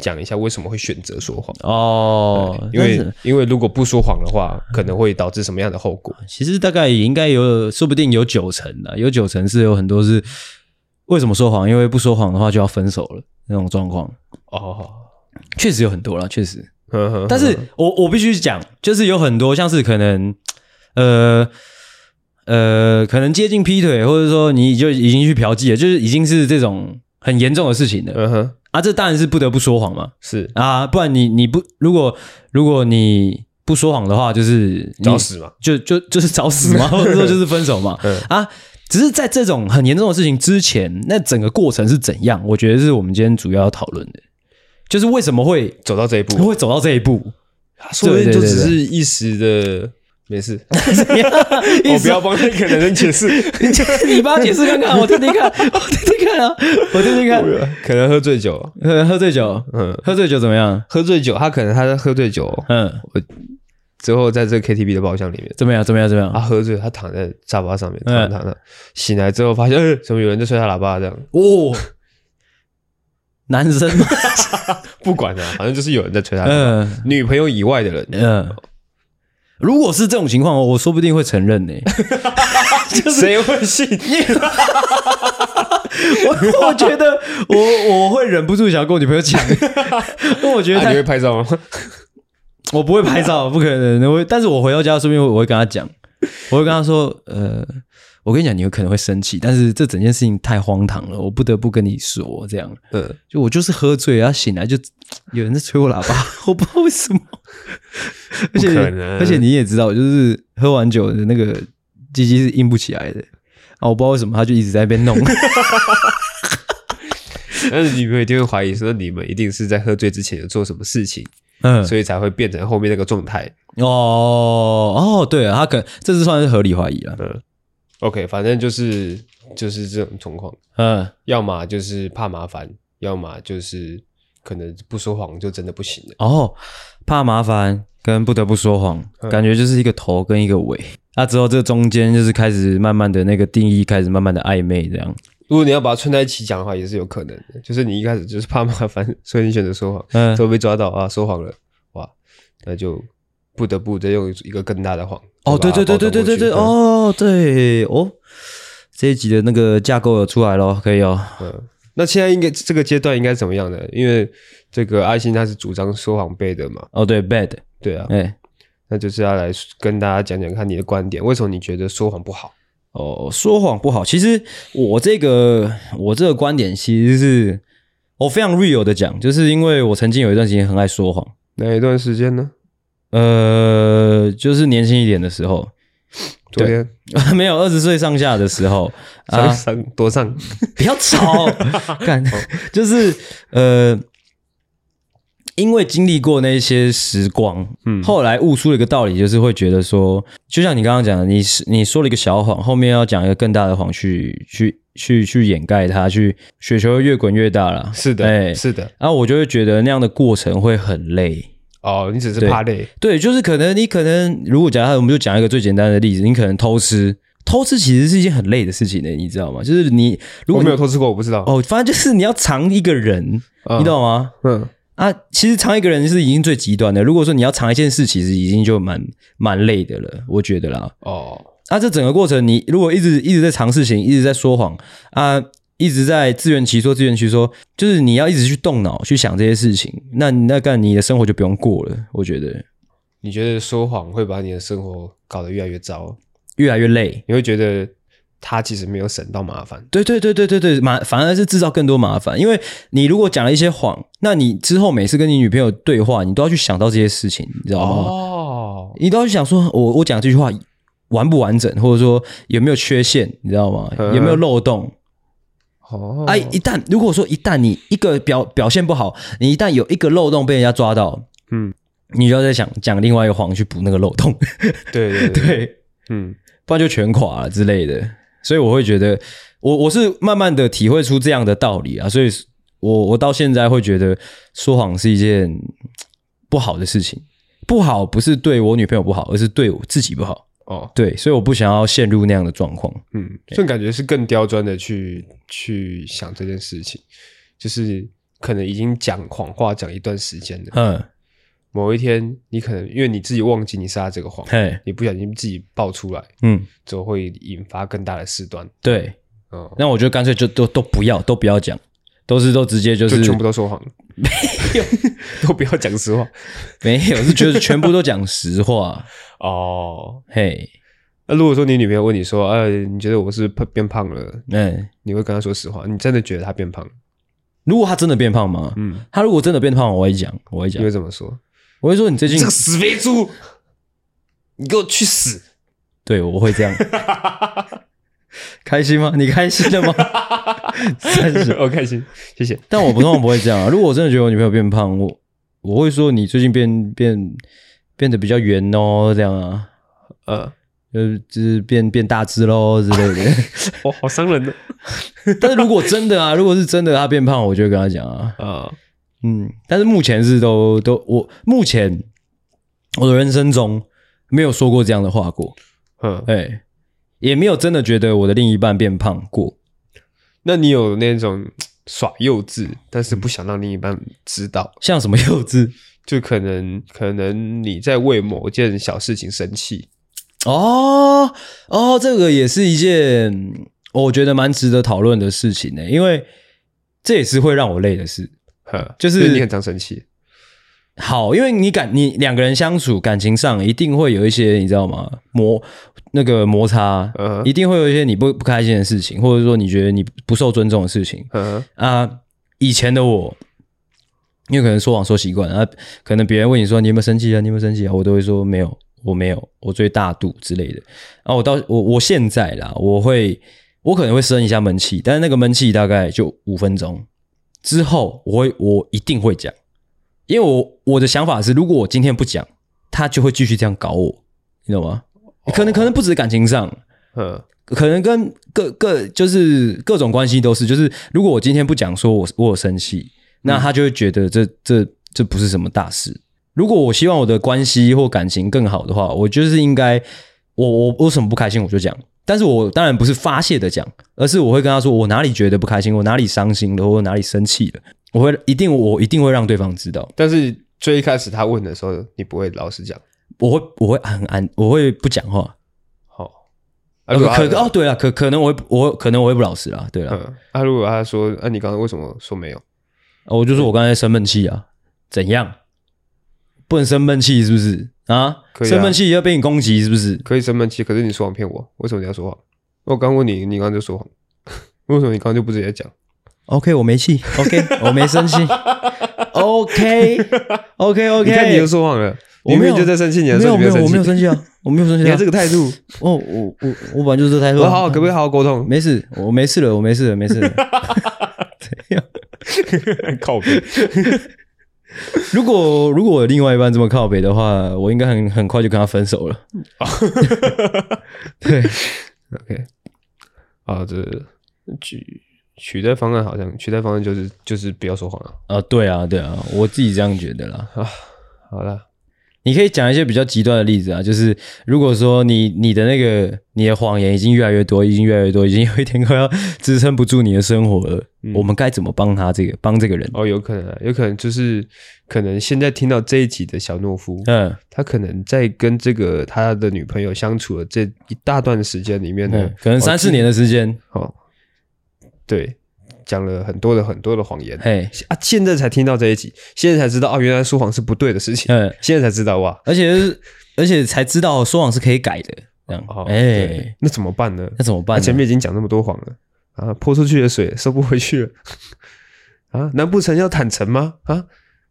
Speaker 1: 讲一下为什么会选择说谎，
Speaker 2: 哦，
Speaker 1: 因
Speaker 2: 但
Speaker 1: 为
Speaker 2: 是
Speaker 1: 因为如果不说谎的话，可能会导致什么样的后果？
Speaker 2: 其实大概也应该有，说不定有九成的，有九成是有很多是为什么说谎？因为不说谎的话就要分手了那种状况，
Speaker 1: 哦，
Speaker 2: 确实有很多啦，确实。
Speaker 1: 呵呵
Speaker 2: 但是我我必须讲，就是有很多像是可能，呃呃，可能接近劈腿，或者说你就已经去嫖妓了，就是已经是这种很严重的事情了
Speaker 1: 嗯哼，
Speaker 2: 啊。这当然是不得不说谎嘛
Speaker 1: 是
Speaker 2: 啊，不然你你不如果如果你不说谎的话，就是你
Speaker 1: 找死嘛？
Speaker 2: 就就就是找死 嘛，或者说就是分手嘛
Speaker 1: 嗯
Speaker 2: 啊。只是在这种很严重的事情之前，那整个过程是怎样？我觉得是我们今天主要要讨论的，就是为什么会
Speaker 1: 走到这一步，
Speaker 2: 会走到这一步。
Speaker 1: 说不定
Speaker 2: 对
Speaker 1: 就
Speaker 2: 对对
Speaker 1: 只
Speaker 2: 对
Speaker 1: 是一时的 没事，我
Speaker 2: 我
Speaker 1: 不要帮那个男人解释，
Speaker 2: 你帮我解释看看，我听 听看，我听听看啊，我听听看。
Speaker 1: 可能喝醉酒，
Speaker 2: 喝喝醉酒，
Speaker 1: 嗯，
Speaker 2: 喝醉酒怎么样？
Speaker 1: 喝醉酒，他可能他在喝醉酒
Speaker 2: 嗯，
Speaker 1: 之后，在这个 KTV 的包厢里面，
Speaker 2: 怎么样？怎么样？怎么
Speaker 1: 他
Speaker 2: 样？
Speaker 1: 喝醉，他躺在沙发上面，躺着
Speaker 2: 嗯
Speaker 1: 躺着，醒来之后发现，呃，怎么有人在吹他喇叭？这样
Speaker 2: 哦，男生吗？
Speaker 1: 不管了，反正就是有人在吹他喇叭。
Speaker 2: 嗯
Speaker 1: 女朋友以外 的人，
Speaker 2: 嗯，如果是这种情况，我说不定会承认 呢。
Speaker 1: 谁 会信？
Speaker 2: 我我觉得我我会忍不住想要跟我女朋友 讲，因为我觉得
Speaker 1: 啊
Speaker 2: 太
Speaker 1: 你会拍照吗？
Speaker 2: 我不会拍照，不可能。我但是我回到家，说不定我会跟他讲， 我会跟他说，呃，我跟你讲，你有可能会生气，但是这整件事情太荒唐了，我不得不跟你说，这样。
Speaker 1: 嗯，
Speaker 2: 就我就是喝醉，然后醒来就有人在吹我喇叭， 我不知道为什么。而且
Speaker 1: 不可能
Speaker 2: 而且你也知道，就是喝完酒的那个鸡鸡是硬不起来的啊，我不知道为什么他就一直在那边弄。
Speaker 1: 但是女朋友一定会怀疑说，你们一定是在喝醉之前有做什么事情，
Speaker 2: 嗯，
Speaker 1: 所以才会变成后面那个状态。
Speaker 2: 哦哦，对啊，他可这是算是合理怀疑了。
Speaker 1: OK，反正就是就是这种状况，
Speaker 2: 嗯，
Speaker 1: 要么就是怕麻烦，要么就是可能不说谎就真的不行了。
Speaker 2: 哦，怕麻烦跟不得不说谎，
Speaker 1: 嗯
Speaker 2: 感觉就是一个头跟一个尾。那、之后这中间就是开始慢慢的那个定义，开始慢慢的暧昧这样。
Speaker 1: 如果你要把它串在一起讲的话，也是有可能的。就是你一开始就是怕麻烦，所以你选择说谎，
Speaker 2: 嗯
Speaker 1: 最后被抓到啊，说谎了，哇，那就不得不再用一个更大的谎。
Speaker 2: 哦，对
Speaker 1: 再
Speaker 2: 对
Speaker 1: 把
Speaker 2: 对
Speaker 1: 它包
Speaker 2: 对对
Speaker 1: 装
Speaker 2: 对对，
Speaker 1: 过去，嗯
Speaker 2: 哦，对哦，这一集的那个架构有出来咯，可以哦。
Speaker 1: 嗯。那现在应该这个阶段应该怎么样呢？因为这个阿星他是主张说谎背的嘛，
Speaker 2: 哦，对，bad，
Speaker 1: 对啊，
Speaker 2: 哎、
Speaker 1: 那就是要来跟大家讲讲看你的观点，为什么你觉得说谎不好？
Speaker 2: 哦，说谎不好。其实我这个我这个观点其实是我非常 real 的讲，就是因为我曾经有一段时间很爱说谎，
Speaker 1: 那一段时间呢？
Speaker 2: 呃，就是年轻一点的时候，
Speaker 1: 昨天
Speaker 2: 没有二十岁上下的时 候
Speaker 1: 上
Speaker 2: 啊，
Speaker 1: 上多上，
Speaker 2: 不要吵， 干，
Speaker 1: 哦
Speaker 2: 就是呃，因为经历过那些时光，
Speaker 1: 嗯
Speaker 2: 后来悟出了一个道理，就是会觉得说，就像你刚刚讲的，你是你说了一个小谎，后面要讲一个更大的谎去去去去掩盖它，去雪球越滚越大了。
Speaker 1: 是的，
Speaker 2: 哎、
Speaker 1: 是的。
Speaker 2: 然后我就会觉得那样的过程会很累。
Speaker 1: 哦，你只是怕累，
Speaker 2: 对，就是可能你可能如果假设我们就讲一个最简单的例子，你可能偷吃，偷吃其实是一件很累的事情的，你知道吗？就是你如
Speaker 1: 我
Speaker 2: 果
Speaker 1: 没
Speaker 2: 你
Speaker 1: 有偷吃过，我不知道。
Speaker 2: 哦，反正就是你要藏一个人，
Speaker 1: 嗯
Speaker 2: 你懂吗？
Speaker 1: 嗯，
Speaker 2: 啊，其实藏一个人是已经最极端的。如果说你要藏一件事，其实已经就蛮蛮累的了，我觉得啦。
Speaker 1: 哦，
Speaker 2: 啊，这整个过程你如果一直一直在藏事情，一直在说谎啊，一直在自圆其说、自圆其说，就是你要一直去动脑去想这些事情，那你那干你的生活就不用过了，我觉得。
Speaker 1: 你觉得说谎会把你的生活搞得越来越糟？
Speaker 2: 越来越累。
Speaker 1: 你会觉得他其实没有省到麻烦。
Speaker 2: 对对对对对对，麻反而是制造更多麻烦，因为你如果讲了一些谎，那你之后每次跟你女朋友对话，你都要去想到这些事情，你知道吗？
Speaker 1: 哦，
Speaker 2: 你都要去想说，我我讲这句话完不完整，或者说有没有缺陷，你知道吗？
Speaker 1: 嗯
Speaker 2: 有没有漏洞？
Speaker 1: 哦，
Speaker 2: 哎、一旦如果说一旦你一个表表现不好，你一旦有一个漏洞被人家抓到，
Speaker 1: 嗯，
Speaker 2: 你就要再想讲另外一个谎去补那个漏洞，
Speaker 1: 对对对，
Speaker 2: 对，
Speaker 1: 嗯，
Speaker 2: 不然就全垮了之类的。所以我会觉得，我我是慢慢的体会出这样的道理啊，所以我我到现在会觉得说谎是一件嗯不好的事情，不好不是对我女朋友不好，而是对我自己不好。
Speaker 1: 哦，
Speaker 2: 对，所以我不想要陷入那样的状况。
Speaker 1: 嗯，这种感觉是更刁钻的去去想这件事情，就是可能已经讲谎话讲一段时间了，
Speaker 2: 嗯，
Speaker 1: 某一天你可能因为你自己忘记你撒这个谎，
Speaker 2: 嘿，
Speaker 1: 你不小心自己爆出来，
Speaker 2: 嗯，
Speaker 1: 就会引发更大的事端。
Speaker 2: 对。
Speaker 1: 嗯，
Speaker 2: 那我就干脆就都都不要，都不要讲，都是都直接就
Speaker 1: 就是全部都说谎， 都不要讲实话。
Speaker 2: 没有，是觉得全部都讲实话。
Speaker 1: 哦，
Speaker 2: 嘿，
Speaker 1: 那如果说你女朋友问你说：“呃，你觉得我是胖变胖了
Speaker 2: 嗯，？”
Speaker 1: 你会跟她说实话？你真的觉得她变胖了？
Speaker 2: 如果他真的变胖吗？
Speaker 1: 嗯，
Speaker 2: 他如果真的变胖，我会讲，我会
Speaker 1: 你
Speaker 2: 讲
Speaker 1: 会，怎么说？
Speaker 2: 我会说你最近
Speaker 1: 死肥猪，你给我去 死！
Speaker 2: 对我会这样。 开心吗？你开心了吗？三十，
Speaker 1: 哦我开心，谢谢。
Speaker 2: 但我不通常不会这样啊。如果我真的觉得我女朋友变胖，我我会说你最近变变变得比较圆哦，这样啊。
Speaker 1: 呃，
Speaker 2: 呃，就是变变大只喽之类的。
Speaker 1: 哇，哦好伤人呢。啊
Speaker 2: 但是如果真的啊，如果是真的他变胖，我就会跟他讲啊。
Speaker 1: 啊，
Speaker 2: 嗯，但是目前是都都我目前我的人生中没有说过这样的话过，
Speaker 1: 嗯，
Speaker 2: 哎、也没有真的觉得我的另一半变胖过。
Speaker 1: 那你有那种耍幼稚，但是不想让另一半知道，
Speaker 2: 像什么幼稚
Speaker 1: 就可能可能你在为某件小事情生气，
Speaker 2: 哦哦，这个也是一件我觉得蛮值得讨论的事情呢、因为这也是会让我累的事。
Speaker 1: 呵，
Speaker 2: 就是
Speaker 1: 你很常生气，
Speaker 2: 好，因为你感你两个人相处，感情上一定会有一些你知道吗？磨那个摩擦，
Speaker 1: 嗯
Speaker 2: 一定会有一些你不不开心的事情，或者说你觉得你不受尊重的事情
Speaker 1: 嗯，
Speaker 2: 啊。以前的我，因为可能说谎说习惯了啊，可能别人问你说你有没有生气啊，你有没有生气啊，我都会说没有，我没有，我最大度之类的。啊，我到我我现在啦，我会我可能会生一下闷气，但是那个闷气大概就五分钟之后，我会我一定会讲。因为我我的想法是，如果我今天不讲，他就会继续这样搞我，你懂吗？可能可能不止感情上，
Speaker 1: 嗯
Speaker 2: 可能跟各各就是各种关系都是，就是如果我今天不讲说我我有生气，
Speaker 1: 嗯
Speaker 2: 那他就会觉得这这这不是什么大事。如果我希望我的关系或感情更好的话，我就是应该我我我有什么不开心我就讲，但是我当然不是发泄的讲，而是我会跟他说我哪里觉得不开心，我哪里伤心了，或我哪里生气了，我会一定我一定会让对方知道。
Speaker 1: 但是最一开始他问的时候，你不会老实讲，
Speaker 2: 我会我会很安，我会不讲话。
Speaker 1: 好，啊
Speaker 2: 呃
Speaker 1: 如果他
Speaker 2: 可哦，对了，可可能我会我可能我会不老实啦，对了，
Speaker 1: 嗯，啊，如果他说，啊，你刚刚为什么说没有？
Speaker 2: 哦我就说我刚才生闷气啊，怎样？不能生闷气是不是啊？
Speaker 1: 可以啊
Speaker 2: 生闷气要被你攻击是不是？
Speaker 1: 可以生闷气，可是你说谎骗我，为什么你要说谎？我刚问你，你刚刚就说谎， 为什么你刚刚就不直接讲？
Speaker 2: OK，我没气，OK，我 没生气，OK，OK，OK，、
Speaker 1: 你看你又说谎了，
Speaker 2: 我
Speaker 1: 你明
Speaker 2: 没有
Speaker 1: 明就在生气，你
Speaker 2: 没
Speaker 1: 还
Speaker 2: 有
Speaker 1: 说你
Speaker 2: 没有
Speaker 1: 生
Speaker 2: 我没有
Speaker 1: 气，
Speaker 2: 生气啊，我没有生
Speaker 1: 你
Speaker 2: 气啊
Speaker 1: 看这，个态度，
Speaker 2: 哦，我我我本来就是这态度
Speaker 1: 我
Speaker 2: 啊，
Speaker 1: 好好，可不可以好好沟通？
Speaker 2: 没事，我没事了，我没事了，没事了。
Speaker 1: 靠背，
Speaker 2: 如果如果我另外一半这么靠北的话，我应该很很快就跟他分手 了。 对，
Speaker 1: OK，啊，这取取代方案好像取代方案就是就是不要说谎了。啊
Speaker 2: 啊，对啊，对啊，我自己这样觉得啦。
Speaker 1: 好了，
Speaker 2: 你可以讲一些比较极端的例子啊，就是如果说你你的那个你的谎言已经越来越多，已经越来越多，已经有一天快要支撑不住你的生活了，
Speaker 1: 嗯
Speaker 2: 我们该怎么帮他这个帮这个人？
Speaker 1: 哦，有可能啊，有可能就是可能现在听到这一集的小懦夫，
Speaker 2: 嗯
Speaker 1: 他可能在跟这个他的女朋友相处的这一大段时间里面呢
Speaker 2: 嗯，，可能三四年的时间，
Speaker 1: 哦，对，讲了很多的很多的谎言
Speaker 2: 嘿，
Speaker 1: 啊，现在才听到这一集，现在才知道哦，原来说谎是不对的事情，
Speaker 2: 嗯，
Speaker 1: 现在才知道哇，
Speaker 2: 而且是而且才知道说谎是可以改的，这样
Speaker 1: 哦，，
Speaker 2: 哎
Speaker 1: 对，那怎么办呢？
Speaker 2: 那怎么
Speaker 1: 他
Speaker 2: 办呢？
Speaker 1: 前面已经讲那么多谎了啊，泼出去的水收不回去了啊，难不成要坦诚吗？啊，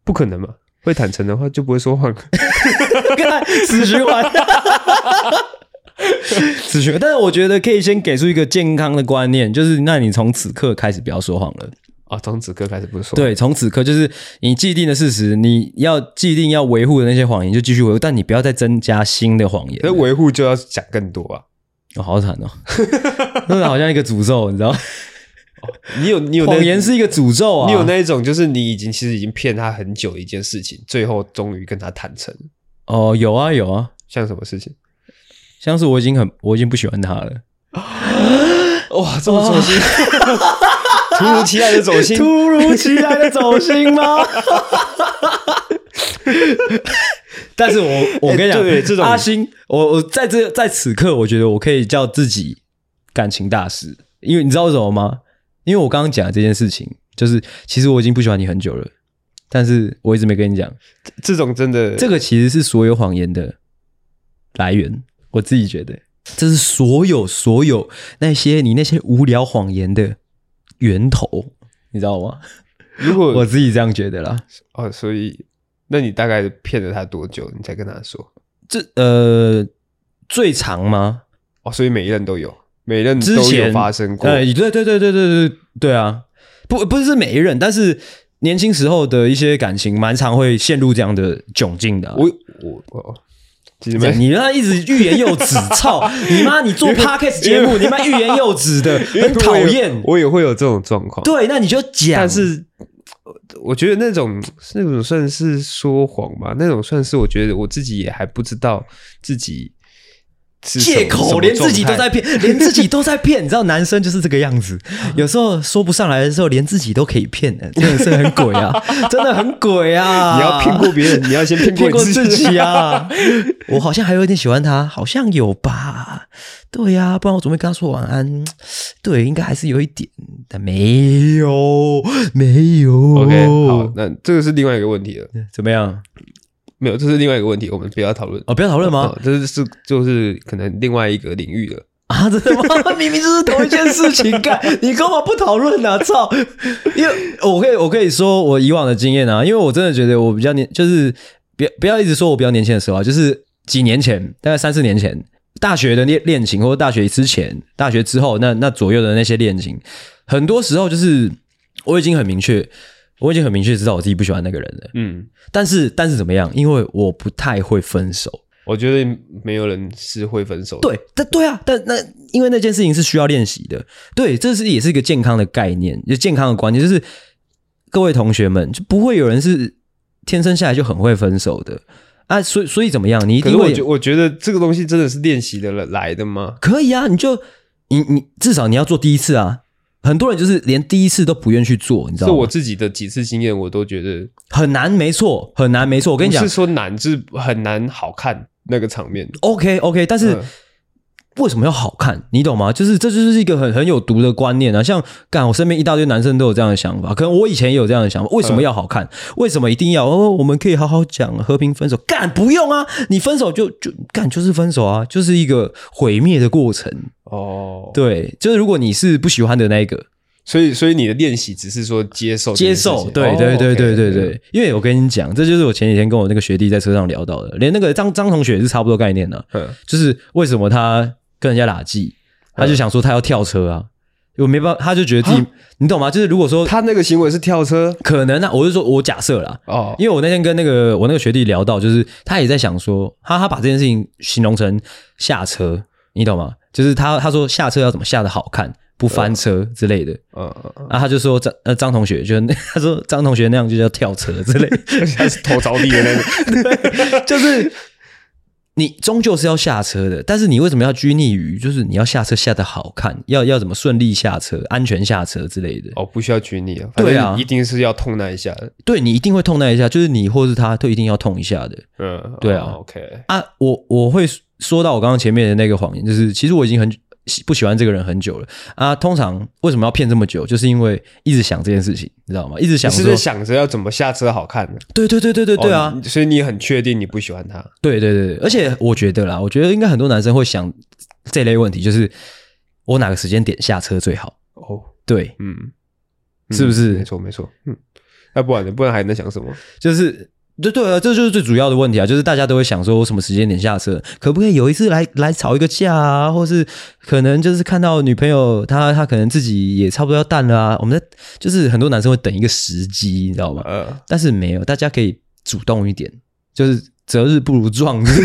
Speaker 1: 不可能嘛，会坦诚的话就不会说谎。
Speaker 2: 干死循环。 死循环，但是我觉得可以先给出一个健康的观念，就是那你从此刻开始不要说谎了。
Speaker 1: 啊，从此刻开始不说。，
Speaker 2: 对，从此刻就是你既定的事实，你要既定要维护的那些谎言就继续维护，但你不要再增加新的谎言
Speaker 1: 可
Speaker 2: 了。
Speaker 1: 是维护就要讲更多啊。
Speaker 2: 哦、好惨哦， 那好像一个诅咒，你知道吗？
Speaker 1: 你有 你有那
Speaker 2: 谎言是一个诅咒啊！
Speaker 1: 你有那一种，就是你已经其实已经骗他很久一件事情，最后终于跟他坦诚，
Speaker 2: 哦，有啊有啊，
Speaker 1: 像什 么事情？
Speaker 2: 像是我已经很我已经不喜欢他了，
Speaker 1: 哇，这么走心，突如其来的走心，
Speaker 2: 突如其来的走心吗？ 但是我我跟你讲，
Speaker 1: 哎对这种
Speaker 2: 阿星，我我在这在此刻，我觉得我可以叫自己感情大师，因为你知道为什么吗？因为我刚刚讲的这件事情，就是其实我已经不喜欢你很久了，但是我一直没跟你讲，
Speaker 1: 这种真的，
Speaker 2: 这个其实是所有谎言的来源，我自己觉得，这是所有所有那些你那些无聊谎言的源头，你知道吗？
Speaker 1: 如果
Speaker 2: 我自己这样觉得啦。
Speaker 1: 哦，所以那你大概骗了他多久，你才跟他说？
Speaker 2: 这呃，最长吗？
Speaker 1: 哦，所以每一任都有，每一任
Speaker 2: 之
Speaker 1: 都有
Speaker 2: 前
Speaker 1: 发生过。
Speaker 2: 呃，对对对对对对对啊，不不是每一任，但是年轻时候的一些感情，蛮常会陷入这样的窘境的啊、
Speaker 1: 我我我，其实
Speaker 2: 这
Speaker 1: 没
Speaker 2: 样你妈一直欲言又止， 操你妈！你做 podcast 节目，你妈欲言又止的，很讨厌。
Speaker 1: 我也会有这种状况。
Speaker 2: 对，那你就讲。
Speaker 1: 但是我我觉得那种那种算是说谎吧，那种算是我觉得我自己也还不知道自己是什么
Speaker 2: 借口连自己都在。骗，连自己都在 骗，你知道男生就是这个样子，有时候说不上来的时候，连自己都可以骗，真的是很鬼啊，真的很鬼
Speaker 1: 什
Speaker 2: 啊！
Speaker 1: 么状态你要骗过别人，你要先骗
Speaker 2: 骗过
Speaker 1: 过
Speaker 2: 自
Speaker 1: 己。
Speaker 2: 己 啊！我好像还有一点喜欢他，好像有吧？对呀、不然我怎么会跟他说晚安？对，应该还是有一点，但没有，没有。
Speaker 1: OK，好，
Speaker 2: 哦
Speaker 1: 那这个是另外一个问题了。
Speaker 2: 怎么样？
Speaker 1: 没有，这是另外一个问题，我们不要讨论。
Speaker 2: 哦，不要讨论吗？
Speaker 1: 哦这是是就是可能另外一个领域了。
Speaker 2: 啊， 真的吗？明明就是同一件事情干，你干嘛不讨论呢、 操！因为我可以，我可以说我以往的经验啊，因为我真的觉得我比较年，就是不要不要一直说我比较年轻的时候啊，就是几年前，大概三四年前，大学的恋恋情，或者大学之前、大学之后，那那左右的那些恋情，很多时候就是我已经很明确，我已经很明确知道我自己不喜欢那个人了，
Speaker 1: 嗯，
Speaker 2: 但是但是怎么样？因为我不太会分手。
Speaker 1: 我觉得没有人是会分手的。
Speaker 2: 对，但对啊，但那因为那件事情是需要练习的，对，这是也是一个健康的概念，就健康的观念，就是各位同学们，就不会有人是天生下来就很会分手的啊，所以所以怎么样，你一
Speaker 1: 可是
Speaker 2: 定
Speaker 1: 我
Speaker 2: 会
Speaker 1: 觉我觉得这个东西真的是练习的来的吗？
Speaker 2: 可以啊，你就你你至少你要做第一次啊，很多人就是连第一次都不愿意去做，你知
Speaker 1: 是
Speaker 2: 道
Speaker 1: 我
Speaker 2: 吗？
Speaker 1: 自己的几次经验，我都觉得
Speaker 2: 很难，没错，很难，没错，我
Speaker 1: 不
Speaker 2: 跟你讲
Speaker 1: 是说难，是很难好看那个场面。
Speaker 2: ，OK OK，但是。
Speaker 1: 嗯
Speaker 2: 为什么要好看？你懂吗？就是这就是一个很很有毒的观念啊！像干我身边一大堆男生都有这样的想法，可能我以前也有这样的想法。为什么要好看？为什么一定要哦？我们可以好好讲和平分手，干不用啊！你分手就就干就是分手啊，就是一个毁灭的过程。
Speaker 1: 哦，对，
Speaker 2: 对，就是如果你是不喜欢的那一个，
Speaker 1: 所以所以你的练习只是说接受这
Speaker 2: 接
Speaker 1: 件事情哦
Speaker 2: 受，对对对对对，对，因为我跟你讲，这就是我前几天跟我那个学弟在车上聊到的，连那个张张同学也是差不多概念的、
Speaker 1: 哦，OK，嗯
Speaker 2: 就是为什么他跟人家打气，他就想说他要跳车啊，我没办法，他就觉得自己，你懂吗？就是如果说
Speaker 1: 他那个行为是跳车
Speaker 2: 可能啊，我是说我假设啦，
Speaker 1: 哦，
Speaker 2: 因为我那天跟那个我那个学弟聊到，就是他也在想说，他他把这件事情形容成下车，你懂吗？就是他他说下车要怎么下的好看，不翻车之类的。
Speaker 1: 嗯嗯， 嗯
Speaker 2: 啊，他就说张呃张同学，就 他说张同学那样就叫跳车之类的，
Speaker 1: 他是头着地的那 个，
Speaker 2: 就是你终究是要下车的，但是你为什么要拘泥于就是你要下车下的好看，要要怎么顺利下车、安全下车之类的？
Speaker 1: 哦，不需要拘泥啊，
Speaker 2: 对啊
Speaker 1: 反正一定是要痛那一下的，
Speaker 2: 对你一定会痛那一下，就是你或是他都一定要痛一下的
Speaker 1: 嗯，
Speaker 2: 对啊
Speaker 1: 哦，OK，
Speaker 2: 啊！我我会说到我刚刚前面的那个谎言，就是其实我已经很喜不喜欢这个人很久了啊。通常为什么要骗这么久，就是因为一直想这件事情，你知道吗？一直想
Speaker 1: 你是
Speaker 2: 说
Speaker 1: 不是，想着要怎么下车好看呢？
Speaker 2: 对对对对对对啊，
Speaker 1: 哦所以你很确定你不喜欢他，
Speaker 2: 对对对，对而且我觉得啦，我觉得应该很多男生会想这类问题，就是我哪个时间点下车最好？
Speaker 1: 哦，
Speaker 2: 对，
Speaker 1: 嗯，
Speaker 2: 是不是
Speaker 1: 没错，没错，嗯，那不然呢？不然还能想什么？
Speaker 2: 就是对对啊，这就是最主要的问题啊，就是大家都会想说，我什么时间点下车，可不可以有一次来来吵一个架啊，或是可能就是看到女朋友她她可能自己也差不多要淡了啊，我们在就是很多男生会等一个时机，你知道吗？
Speaker 1: 呃，
Speaker 2: 但是没有，大家可以主动一点，就是择日不如撞日。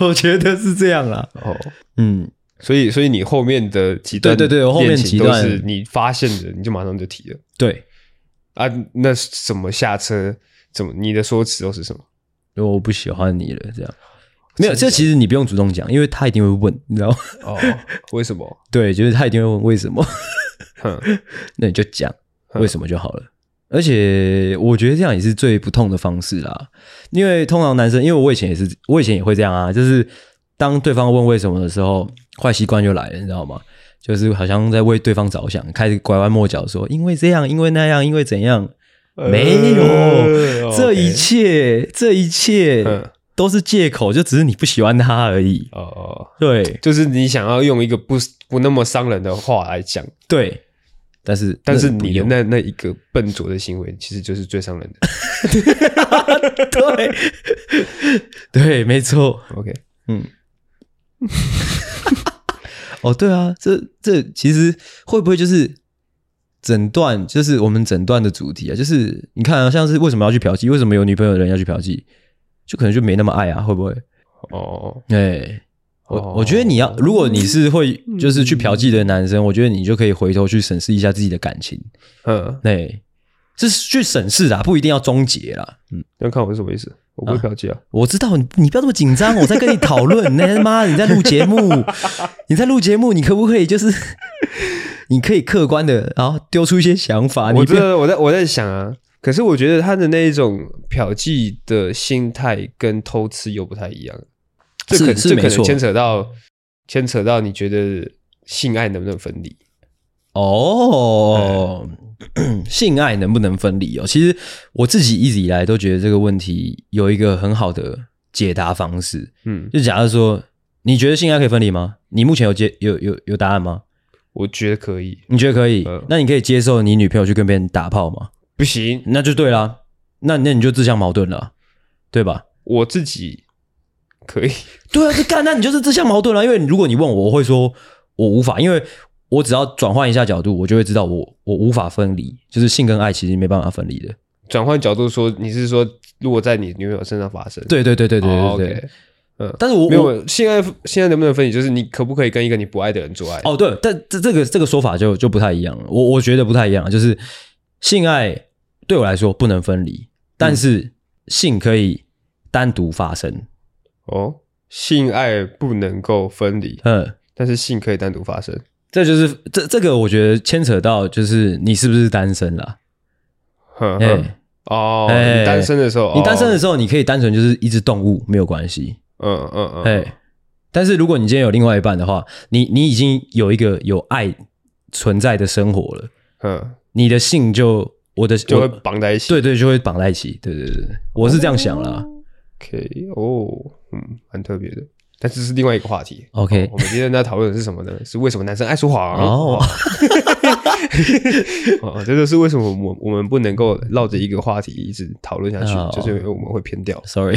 Speaker 2: 我觉得是这样啦。
Speaker 1: 哦，
Speaker 2: 嗯，
Speaker 1: 所以，所以你后面的几段
Speaker 2: 对对对我后面
Speaker 1: 恋情
Speaker 2: 几
Speaker 1: 都
Speaker 2: 段
Speaker 1: 是你发现的，你就马上就提了
Speaker 2: 对，
Speaker 1: 啊？那怎么下车？怎么你的说辞又是什么？
Speaker 2: 因为我不喜欢你了，这样没有。这其实你不用主动讲，因为他一定会问，你知道吗？
Speaker 1: 哦， 为什么？
Speaker 2: 对，就是他一定会问为什么，
Speaker 1: 哼，
Speaker 2: 那你就讲
Speaker 1: 嗯
Speaker 2: 为什么就好了。而且我觉得这样也是最不痛的方式啦，因为通常男生，因为我以前也是，我以前也会这样啊，就是当对方问为什么的时候，坏习惯就来了，你知道吗？就是好像在为对方着想，开始拐弯抹角说，因为这样，因为那样，因为怎样，没有，
Speaker 1: 呃
Speaker 2: 这一
Speaker 1: OK
Speaker 2: 切，这一切
Speaker 1: 嗯
Speaker 2: 都是借口，就只是你不喜欢他而已。
Speaker 1: 哦哦，
Speaker 2: 对
Speaker 1: 就是你想要用一个不不那么伤人的话来讲，
Speaker 2: 对，但是
Speaker 1: 但是
Speaker 2: 那嗯不
Speaker 1: 你的
Speaker 2: 用
Speaker 1: 那那一个笨拙的行为，其实就是最伤人的。
Speaker 2: 对对，没错，
Speaker 1: OK，
Speaker 2: 嗯。 哦，对啊，这这其实会不会就是诊断，就是我们诊断的主题啊？就是你看、啊，像是为什么要去嫖妓，为什么有女朋友的人要去嫖妓，就可能就没那么爱啊，会不会？
Speaker 1: 哦，
Speaker 2: 哎、哦我我觉得你要，如果你是会就是去嫖妓的男生，我觉得你就可以回头去审视一下自己的感情，
Speaker 1: 嗯，
Speaker 2: 对，是去审视啦，不一定要终结啦。嗯，
Speaker 1: 要看我是什么意思？我不会
Speaker 2: 啊
Speaker 1: 嫖妓啊，
Speaker 2: 我知道你你不要这么紧张，我在跟你讨论，那 妈你在录节目， 你在录节目，你可不可以就是 你可以客观的，然后丢出一些想法，啊你
Speaker 1: 我
Speaker 2: 不
Speaker 1: 知
Speaker 2: 要
Speaker 1: 道，我在我在想啊。可是我觉得他的那一种嫖妓的心态跟偷吃又不太一样，这
Speaker 2: 是
Speaker 1: 可
Speaker 2: 是
Speaker 1: 这可
Speaker 2: 没
Speaker 1: 能
Speaker 2: 错
Speaker 1: 牵扯到牵扯到你觉得性爱能不能分离？
Speaker 2: 哦， 性爱能不能分离哦？其实我自己一直以来都觉得这个问题有一个很好的解答方式，
Speaker 1: 嗯，
Speaker 2: 就假如说你觉得性爱可以分离吗？你目前有接有有有答案吗？
Speaker 1: 我觉得可以，
Speaker 2: 你觉得可以？
Speaker 1: 嗯
Speaker 2: 那你可以接受你女朋友去跟别人打炮吗？
Speaker 1: 不行，
Speaker 2: 那就对啦，那那你就自相矛盾了啊，对吧？
Speaker 1: 我自己可以。
Speaker 2: 对啊，就干，那你就是自相矛盾了。因为如果你问我，我会说我无法，因为我只要转换一下角度，我就会知道我我无法分离，就是性跟爱其实没办法分离的。
Speaker 1: 转换角度说，你是说如果在你女朋友身上发生？
Speaker 2: 对对对对对
Speaker 1: 哦
Speaker 2: 对对。
Speaker 1: ，OK，嗯
Speaker 2: 但是我
Speaker 1: 没
Speaker 2: 我
Speaker 1: 有现在现在能不能分析，就是你可不可以跟一个你不爱的人做爱？
Speaker 2: 哦，对，但这这个这个说法就就不太一样了。我我觉得不太一样，就是性爱对我来说不能分离，
Speaker 1: 嗯
Speaker 2: 但是性可以单独发生。
Speaker 1: 哦，性爱不能够分离，
Speaker 2: 嗯，
Speaker 1: 但是性可以单独发生。
Speaker 2: 这就是这这个我觉得牵扯到就是你是不是单身啦？
Speaker 1: 哼
Speaker 2: 哎、
Speaker 1: 哼，哦，
Speaker 2: 哎
Speaker 1: 你单身的时候，
Speaker 2: 你单身的
Speaker 1: 时
Speaker 2: 时候，你可以单纯就是一只动物，没有关系。
Speaker 1: 候，嗯嗯嗯，
Speaker 2: 哎、但是如果你今天有另外一半的话，你你已经有一个有爱存在的生活了，
Speaker 1: 嗯，
Speaker 2: 你的性就我的
Speaker 1: 就会
Speaker 2: 我
Speaker 1: 绑在一起。
Speaker 2: 对对就会绑在一起。对对对，对我是这样想啦。
Speaker 1: ，OK，哦，嗯，蛮特别的。但这是另外一个话题。
Speaker 2: OK
Speaker 1: 我们今天在讨论的是什么呢？是为什么男生爱说谎？
Speaker 2: 哦，
Speaker 1: 哦，这就是为什么我们我们不能够绕着一个话题一直讨论下去，
Speaker 2: 哦
Speaker 1: 就是因为我们会偏掉。
Speaker 2: ，sorry，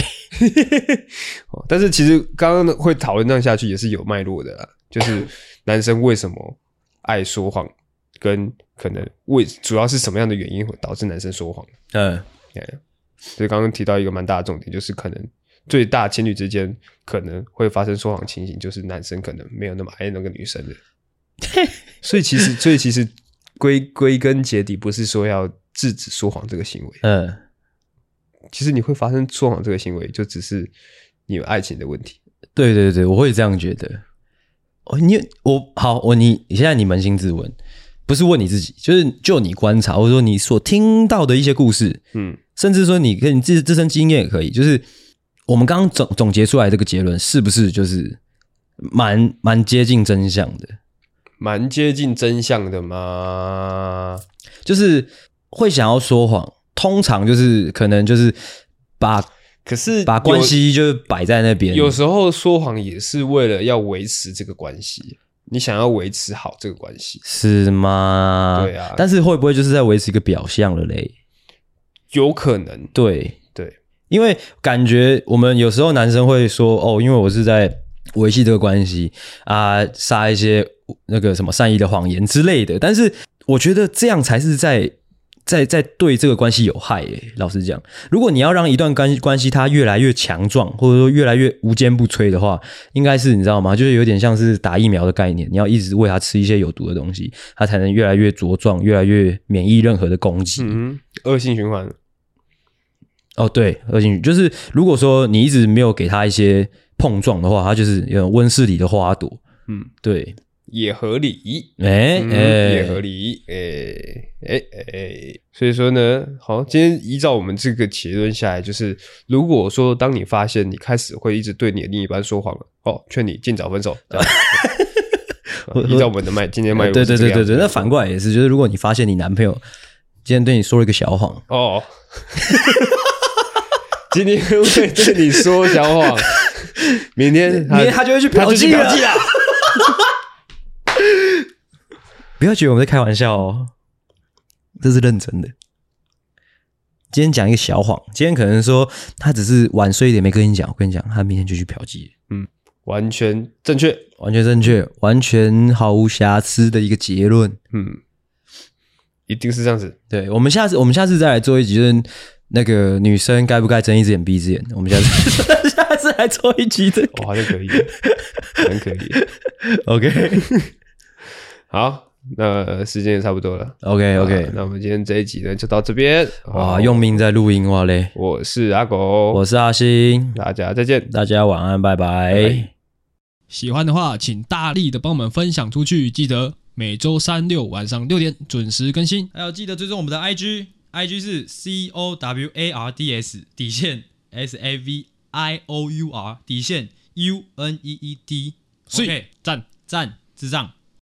Speaker 1: 哦但是其实刚刚会讨论这样下去也是有脉络的啦，就是男生为什么爱说谎，跟可能为主要是什么样的原因会导致男生说谎。
Speaker 2: 嗯，
Speaker 1: 哎，所以刚刚提到一个蛮大的重点，就是可能最大情侣之间可能会发生说谎情形，就是男生可能没有那么爱那个女生的。所以其实，所以其实归归根结底，不是说要制止说谎这个行为，
Speaker 2: 嗯，
Speaker 1: 其实你会发生说谎这个行为，就只是你们爱情的问题。
Speaker 2: 对对对，我会这样觉得。哦，你我好，我你你现在你扪心自问，不是问你自己，就是就你观察，或者说你所听到的一些故事，
Speaker 1: 嗯
Speaker 2: 甚至说你跟你自自身经验也可以，就是我们刚刚总总结出来这个结论，是不是就是蛮蛮接近真相的？
Speaker 1: 蛮接近真相的嘛。
Speaker 2: 就是会想要说谎，通常就是可能就是把
Speaker 1: 可是
Speaker 2: 把关
Speaker 1: 有
Speaker 2: 系就是摆在那边，
Speaker 1: 有时候说谎也是为了要维持这个关系，你想要维持好这个关系，
Speaker 2: 是吗？
Speaker 1: 对啊
Speaker 2: 但是会不会就是在维持一个表象了嘞？
Speaker 1: 有可能
Speaker 2: 对，
Speaker 1: 对，
Speaker 2: 因为感觉我们有时候男生会说哦，因为我是在维系这个关系啊，撒一些那个什么善意的谎言之类的。但是我觉得这样才是在在在对这个关系有害、耶。老实讲，如果你要让一段关关系它越来越强壮，或者说越来越无坚不摧的话，应该是你知道吗？就是有点像是打疫苗的概念，你要一直喂它吃一些有毒的东西，它才能越来越茁壮，越来越免疫任何的攻击。
Speaker 1: 嗯，恶性循环，
Speaker 2: 哦，对，恶性循就是如果说你一直没有给它一些碰撞的话，它就是有点温室里的花朵。
Speaker 1: 嗯，
Speaker 2: 对，
Speaker 1: 也合理。
Speaker 2: 哎、哎、
Speaker 1: 嗯也合理，诶诶诶，所以说呢，好，今天依照我们这个结论下来，就是如果说当你发现你开始会一直对你的另一半说谎了，哦，劝你尽早分手。 这样啊依照我们的脉，今天脉络
Speaker 2: 对对
Speaker 1: 是这
Speaker 2: 对
Speaker 1: 个样
Speaker 2: 对
Speaker 1: 子
Speaker 2: 对，那反过来也是，就是如果你发现你男朋友今天对你说了一个小谎，
Speaker 1: 哦， 今天会对你说小谎，明天
Speaker 2: 明天他就会去啊嫖
Speaker 1: 就去
Speaker 2: 妓了
Speaker 1: 了。
Speaker 2: 不要觉得我们在开玩笑哦，这是认真的。今天讲一个小谎，今天可能说他只是晚睡一点没跟你讲，我跟你讲，他明天就去嫖妓了，
Speaker 1: 完全正确，
Speaker 2: 完全正确，完全毫无瑕疵的一个结论。
Speaker 1: 嗯，一定是这样子。
Speaker 2: 对，我们下次我们下次再来做一集，就是那个女生该不该睁一只眼闭一只眼？我们下次 下次来做一集这个。
Speaker 1: 哦，好像可以，好像可以。
Speaker 2: OK
Speaker 1: 好，那时间也差不多了。
Speaker 2: OK OK，
Speaker 1: 啊那我们今天这一集呢就到这边。
Speaker 2: 哇，
Speaker 1: 好
Speaker 2: 用命在录音哇嘞！
Speaker 1: 我是阿狗，
Speaker 2: 我是阿星，
Speaker 1: 大家再见。
Speaker 2: 大家晚安，拜拜
Speaker 1: 拜。
Speaker 3: 喜欢的话，请大力的帮我们分享出去。记得每周三六晚上六点准时更新。
Speaker 4: 还有记得追踪我们的 IG，IG 是 C O W A R D S 底线 S A V I O U R 底线 U N E E D，
Speaker 3: 所以
Speaker 4: 所以
Speaker 3: 赞。
Speaker 4: 赞智障。